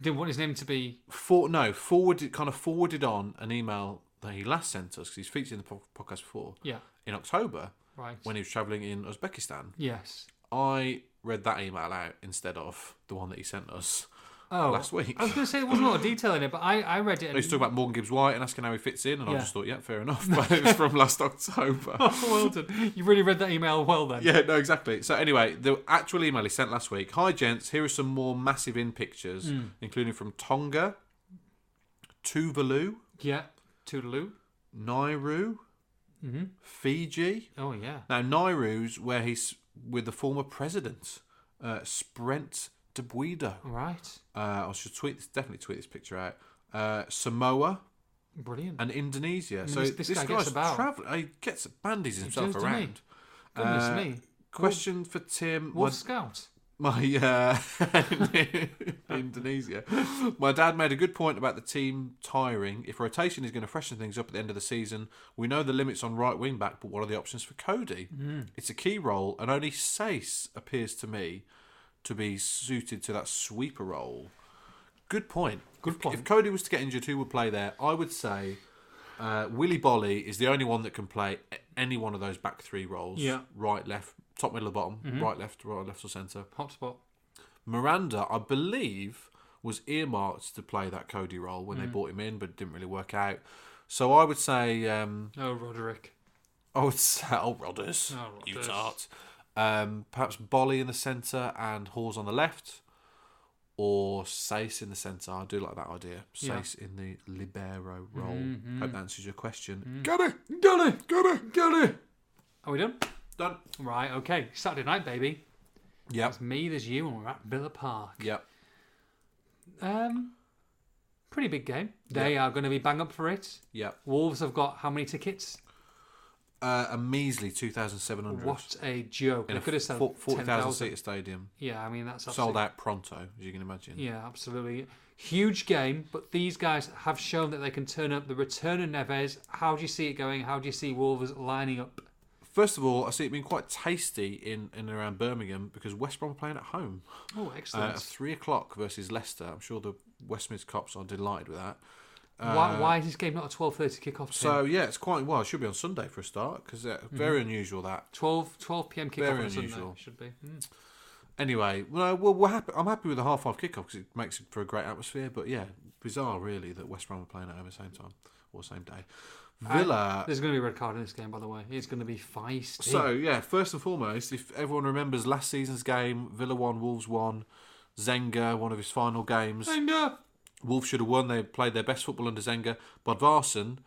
Speaker 2: Didn't want his name to be.
Speaker 3: for no forwarded kind of forwarded on an email that he last sent us because he's featured in the po- podcast before
Speaker 2: Yeah,
Speaker 3: in October
Speaker 2: right.
Speaker 3: when he was traveling in Uzbekistan.
Speaker 2: yes.
Speaker 3: I read that email out instead of the one that he sent us
Speaker 2: Oh,
Speaker 3: last week.
Speaker 2: I was going to say there wasn't a lot of detail in it, but I, I read it.
Speaker 3: He's
Speaker 2: And,
Speaker 3: talking about Morgan Gibbs White and asking how he fits in, and I
Speaker 2: Yeah.
Speaker 3: just thought, yeah, fair enough. But it was from last October.
Speaker 2: well done. You really read that email well then.
Speaker 3: yeah, no, exactly. So anyway, the actual email he sent last week. Hi gents, here are some more massive in pictures,
Speaker 2: Hmm.
Speaker 3: including from Tonga, Tuvalu,
Speaker 2: Yeah. Toodaloo.
Speaker 3: Nauru,
Speaker 2: Mm-hmm.
Speaker 3: Fiji.
Speaker 2: Oh yeah.
Speaker 3: Now Nauru's where he's with the former president, uh, Sprent de Buido.
Speaker 2: Right.
Speaker 3: Uh, I should tweet this, definitely tweet this picture out. Uh, Samoa
Speaker 2: Brilliant.
Speaker 3: and Indonesia. so
Speaker 2: this-
Speaker 3: this,
Speaker 2: this guy gets
Speaker 3: guy's
Speaker 2: about.
Speaker 3: traveling. He gets bandies himself
Speaker 2: does, doesn't he?
Speaker 3: around.
Speaker 2: Goodness
Speaker 3: uh,
Speaker 2: me.
Speaker 3: Question for Tim.
Speaker 2: Wolf
Speaker 3: My,
Speaker 2: Scout.
Speaker 3: my uh, Indonesia. My dad made a good point about the team tiring. If rotation is going to freshen things up at the end of the season, we know the limits on right wing back, but what are the options for Cody?
Speaker 2: Mm.
Speaker 3: It's a key role, and only Sace appears to me to be suited to that sweeper role. Good point.
Speaker 2: Good
Speaker 3: If-
Speaker 2: point.
Speaker 3: If Cody was to get injured, who would play there? I would say uh, Willy Bolly is the only one that can play a- any one of those back three roles.
Speaker 2: Yeah. Mm-hmm.
Speaker 3: Right, left, top, middle, or bottom. Right, left, right, left, or centre.
Speaker 2: Hotspot.
Speaker 3: Miranda, I believe, was earmarked to play that Cody role when they
Speaker 2: Mm.
Speaker 3: brought him in, but it didn't really work out. So I would say, um,
Speaker 2: Oh, Roderick.
Speaker 3: I would say, oh, Rodders,
Speaker 2: Oh,
Speaker 3: you
Speaker 2: Rodders.
Speaker 3: tart. Um, perhaps Bolly in the centre and Hawes on the left, or Sace in the centre. I do like that idea.
Speaker 2: Yeah. Mm-hmm.
Speaker 3: Sace in the libero role. Hope that answers your
Speaker 2: Mm.
Speaker 3: question. Got it, got it, got it, got it.
Speaker 2: Are we done?
Speaker 3: Done.
Speaker 2: Right. Okay. Saturday night, baby.
Speaker 3: Yep.
Speaker 2: It's me. There's you, and we're at Villa Park.
Speaker 3: Yep.
Speaker 2: Um, pretty big game. They are going to be bang up for it.
Speaker 3: Yep.
Speaker 2: Wolves have got how many tickets?
Speaker 3: Uh, a measly two thousand seven hundred.
Speaker 2: What a joke!
Speaker 3: In
Speaker 2: they
Speaker 3: a
Speaker 2: could have sold
Speaker 3: four- 40,000
Speaker 2: 10,000.
Speaker 3: seater stadium.
Speaker 2: Yeah, I mean that's
Speaker 3: sold
Speaker 2: absolutely,
Speaker 3: out pronto, as you can imagine.
Speaker 2: Yeah, absolutely. Huge game, but these guys have shown that they can turn up. The return of Neves. How do you see it going? How do you see Wolves lining up?
Speaker 3: First of all, I see it being quite tasty in, in and around Birmingham because West Brom are playing at home
Speaker 2: Oh,
Speaker 3: uh,
Speaker 2: excellent.
Speaker 3: at three o'clock versus Leicester. I'm sure the West Mids cops are delighted with that.
Speaker 2: why, why is this game not a twelve thirty kickoff?
Speaker 3: Uh, So yeah, it's quite well. It should be on Sunday for a start because uh, very unusual that.
Speaker 2: 12, 12 p.m. kickoff
Speaker 3: Very
Speaker 2: on Sunday
Speaker 3: unusual.
Speaker 2: should be. Hmm.
Speaker 3: Anyway, well, we're, we're happy. I'm happy with the half five kickoff because it makes it for a great atmosphere. But yeah, bizarre really that West Brom are playing at home at the same time or same day. Villa.
Speaker 2: There's going to be a red card in this game, by the way. It's going to be feisty.
Speaker 3: So yeah, first and foremost, if everyone remembers last season's game, Villa won, Wolves won. Zenga, one of his final games.
Speaker 2: Zenga!
Speaker 3: Wolves should have won. They played their best football under Zenga. Bodvarsson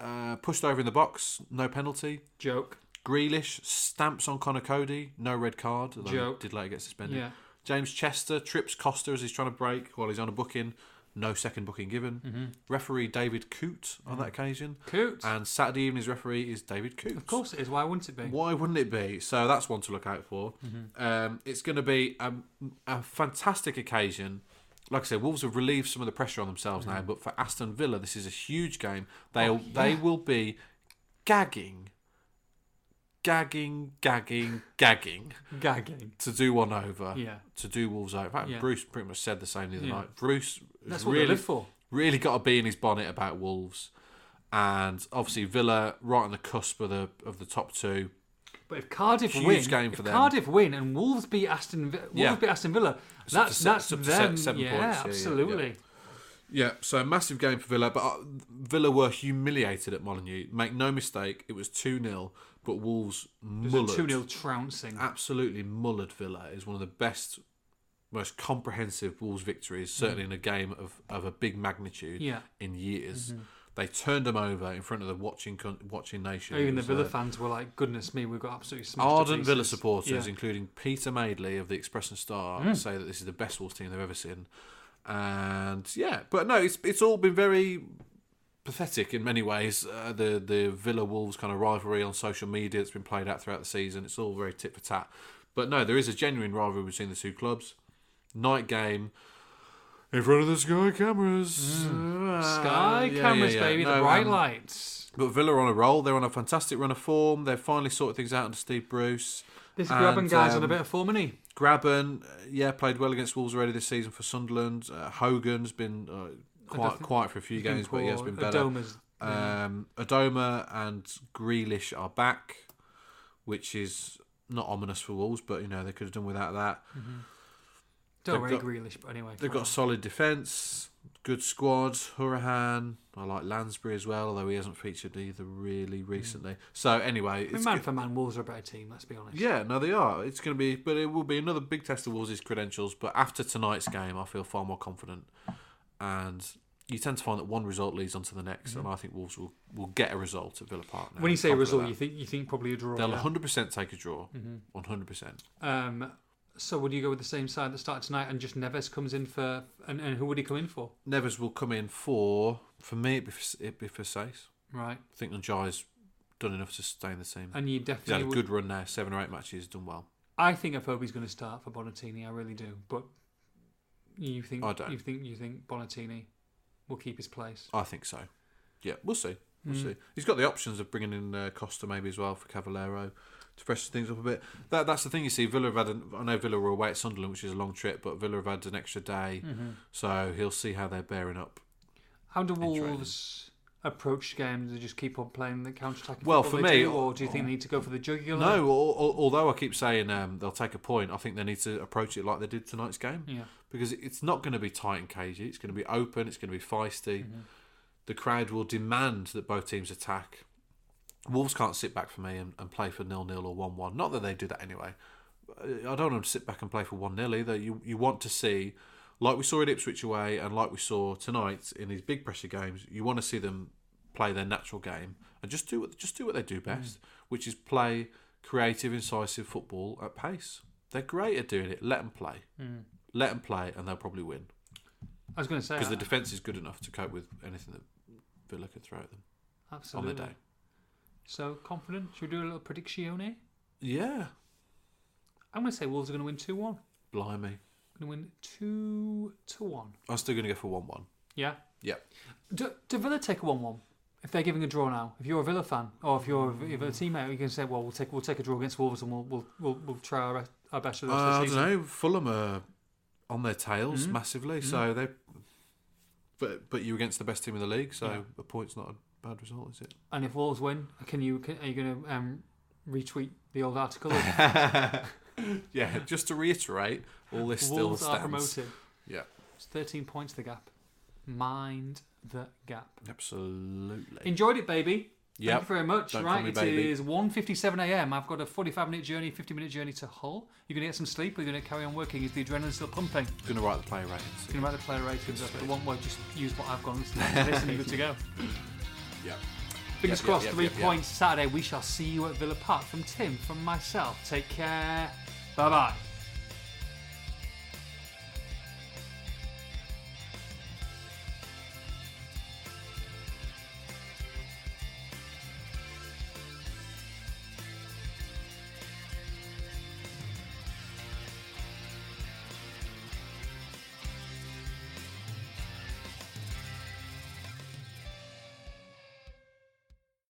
Speaker 3: uh, pushed over in the box, no penalty.
Speaker 2: joke.
Speaker 3: Grealish stamps on Connor Cody, no red card. Although
Speaker 2: Joke.
Speaker 3: He did later get suspended.
Speaker 2: Yeah.
Speaker 3: James Chester trips Costa as he's trying to break while he's on a booking. No second booking given.
Speaker 2: Mm-hmm.
Speaker 3: Referee David Coote on that occasion.
Speaker 2: Coot.
Speaker 3: And Saturday evening's referee is David Coote.
Speaker 2: Of course it is. Why wouldn't it be?
Speaker 3: Why wouldn't it be? So that's one to look out for.
Speaker 2: Mm-hmm.
Speaker 3: Um, it's going to be a, a fantastic occasion. Like I said, Wolves have relieved some of the pressure on themselves
Speaker 2: Mm-hmm.
Speaker 3: now, but for Aston Villa, this is a huge game. They
Speaker 2: Oh,
Speaker 3: will they will be gagging, gagging, gagging, gagging
Speaker 2: Gagging.
Speaker 3: to do one over.
Speaker 2: Yeah.
Speaker 3: To do Wolves over. In fact,
Speaker 2: Yeah.
Speaker 3: Bruce pretty much said the same the other
Speaker 2: Yeah.
Speaker 3: night. Bruce
Speaker 2: That's
Speaker 3: has
Speaker 2: what
Speaker 3: really
Speaker 2: they live for.
Speaker 3: really got a bee in his bonnet about Wolves, and obviously Villa right on the cusp of the of the top two.
Speaker 2: But if Cardiff
Speaker 3: Huge
Speaker 2: win,
Speaker 3: game
Speaker 2: if
Speaker 3: for them.
Speaker 2: Cardiff win and Wolves beat Aston, Vi- Wolves
Speaker 3: Yeah.
Speaker 2: beat Aston Villa,
Speaker 3: up
Speaker 2: that's
Speaker 3: to se-
Speaker 2: that's
Speaker 3: it's up to se-
Speaker 2: them.
Speaker 3: seven
Speaker 2: yeah,
Speaker 3: points, yeah, yeah,
Speaker 2: absolutely.
Speaker 3: Yeah, so a massive game for Villa, but uh, Villa were humiliated at Molineux. Make no mistake, it was 2 0, but Wolves
Speaker 2: There's a two
Speaker 3: mullered.
Speaker 2: 0 trouncing.
Speaker 3: Absolutely mullered Villa is one of the best, most comprehensive Wolves victories, certainly in a game of, of a big magnitude
Speaker 2: Yeah. Mm-hmm.
Speaker 3: in years. They turned them over in front of the watching con- watching nation.
Speaker 2: Even the
Speaker 3: It was,
Speaker 2: Villa
Speaker 3: uh,
Speaker 2: fans were like, "Goodness me, we've got absolutely smashed." to
Speaker 3: Ardent Villa
Speaker 2: pieces."
Speaker 3: supporters,
Speaker 2: Yeah. Hmm.
Speaker 3: including Peter Maidley of the Express and Star, say that this is the best Wolves team they've ever seen. And yeah, but no, it's it's all been very pathetic in many ways. Uh, the the Villa Wolves kind of rivalry on social media that's been played out throughout the season. It's all very tit for tat. But no, there is a genuine rivalry between the two clubs. Night game. in front of the sky cameras. Uh,
Speaker 2: Hmm. Sky
Speaker 3: yeah,
Speaker 2: cameras,
Speaker 3: yeah, yeah.
Speaker 2: baby, the
Speaker 3: No,
Speaker 2: bright
Speaker 3: um,
Speaker 2: lights.
Speaker 3: But Villa are on a roll. They're on a fantastic run of form. They've finally sorted things out under Steve Bruce.
Speaker 2: This
Speaker 3: and,
Speaker 2: grabbing guy's on a
Speaker 3: um,
Speaker 2: bit of form, is he?
Speaker 3: Graben, uh, yeah, played well against Wolves already this season for Sunderland. Uh, Hogan's been uh,
Speaker 2: don't
Speaker 3: quite
Speaker 2: think-
Speaker 3: quiet for a few
Speaker 2: Been
Speaker 3: games, but he has
Speaker 2: poor.
Speaker 3: been better.
Speaker 2: Adoma's-
Speaker 3: Um, Adoma and Grealish are back, which is not ominous for Wolves, but you know they could have done without that.
Speaker 2: Don't worry,
Speaker 3: got-
Speaker 2: Grealish, but anyway.
Speaker 3: They've got a solid defence, good squad. Hurahan, I like Lansbury as well, although he hasn't featured either really recently. So anyway,
Speaker 2: I mean,
Speaker 3: it's
Speaker 2: man
Speaker 3: go-
Speaker 2: for man, Wolves are a better team, let's be honest.
Speaker 3: yeah, no, they are. It's going to be, but it will be another big test of Wolves' credentials. But after tonight's game, I feel far more confident, and. You tend to find that one result leads on to the next, and I think Wolves will, will get a result at Villa Park. Now.
Speaker 2: When you
Speaker 3: I'm
Speaker 2: say
Speaker 3: confident of
Speaker 2: result,
Speaker 3: that.
Speaker 2: you think you think probably a draw.
Speaker 3: They'll
Speaker 2: yeah? Mm-hmm.
Speaker 3: 100% take a draw. 100%.
Speaker 2: Um, so would you go with the same side that started tonight and just Neves comes in for and, and who would he come in for?
Speaker 3: Nevers will come in for, for me, it'd be for, it'd be for Sace.
Speaker 2: Right,
Speaker 3: I think Njai's done enough to sustain the team.
Speaker 2: and you
Speaker 3: He's had
Speaker 2: definitely.
Speaker 3: a
Speaker 2: would,
Speaker 3: good run now, seven or eight matches, done well.
Speaker 2: I think Afobe's going to start for Bonatini. I really do, but you think
Speaker 3: I don't.
Speaker 2: you think you think Bonatini will keep his place?
Speaker 3: I think so. Yeah, we'll see. We'll see. He's got the options of bringing in uh, Costa maybe as well for Cavallero to freshen things up a bit. That that's the thing you see. Villa have had. An, I know Villa were away at Sunderland, which is a long trip, but Villa have had an extra day, so he'll see how they're bearing up.
Speaker 2: How do
Speaker 3: training.
Speaker 2: Wolves approach games? Do they just keep on playing the counter attacking?
Speaker 3: Well, for me,
Speaker 2: do, or do you think they need to go for the jugular?
Speaker 3: No, al- al- although I keep saying um, they'll take a point, I think they need to approach it like they did tonight's game
Speaker 2: Yeah.
Speaker 3: because it's not going to be tight and cagey. It's going to be open. It's going to be feisty.
Speaker 2: Mm-hmm.
Speaker 3: The crowd will demand that both teams attack. Wolves can't sit back for me and, and play for nil nil or one one. Not that they do that anyway. Uh, I don't want them to sit back and play for one 0 either. You you want to see, like we saw at Ipswich away and like we saw tonight in these big pressure games, you want to see them play their natural game and just do what just do what they
Speaker 2: Mm.
Speaker 3: do best, which is play creative, incisive football at pace. They're great at doing it. Let them play.
Speaker 2: Mm.
Speaker 3: Let them play, and they'll probably win
Speaker 2: I was going to say
Speaker 3: because the
Speaker 2: uh,
Speaker 3: defense is good enough to cope with anything that Villa could throw at them
Speaker 2: uh, absolutely.
Speaker 3: on their day.
Speaker 2: So confident? Should we do a little prediction?
Speaker 3: Yeah,
Speaker 2: I'm going to say Wolves are going to win two one.
Speaker 3: blimey.
Speaker 2: Going to win two to one.
Speaker 3: I'm still going to go for one-one.
Speaker 2: Yeah.
Speaker 3: Yep.
Speaker 2: Do, do Villa take a one-one if they're giving a draw now? If you're a Villa fan or if you're a, if a
Speaker 3: Mm.
Speaker 2: teammate, you can say, "Well, we'll take we'll take a draw against Wolves and we'll we'll we'll, we'll try our, best- our best for the
Speaker 3: Uh,
Speaker 2: rest of the
Speaker 3: I don't
Speaker 2: season." Mm-hmm.
Speaker 3: know. Fulham are on their tails massively, so they. But but you're against the best team in the league, so
Speaker 2: Yeah.
Speaker 3: a point's not a bad result, is it?
Speaker 2: And if Wolves win, can you can, are you going to um, retweet the old article? of
Speaker 3: yeah. Just to reiterate, all this still
Speaker 2: Wolves are
Speaker 3: stands.
Speaker 2: promoted.
Speaker 3: Yeah,
Speaker 2: It's 13 points the gap. Mind the gap.
Speaker 3: absolutely.
Speaker 2: Enjoyed it, baby. Thank
Speaker 3: Yep.
Speaker 2: you very much.
Speaker 3: Don't call
Speaker 2: right,
Speaker 3: me
Speaker 2: it
Speaker 3: baby.
Speaker 2: is 1.57 a.m. I've got a 45-minute journey, 50-minute journey to Hull. You're going to get some sleep. Or you're going to carry on working. Is the adrenaline still pumping?
Speaker 3: Going to write the play ratings.
Speaker 2: Can you write the player ratings up? The one word, just use what I've gone and listen, you're good to go.
Speaker 3: Yeah.
Speaker 2: Fingers
Speaker 3: Yep, yep,
Speaker 2: crossed,
Speaker 3: yep,
Speaker 2: three
Speaker 3: yep, yep.
Speaker 2: points Saturday. We shall see you at Villa Park. From Tim, from myself, take care. Bye bye.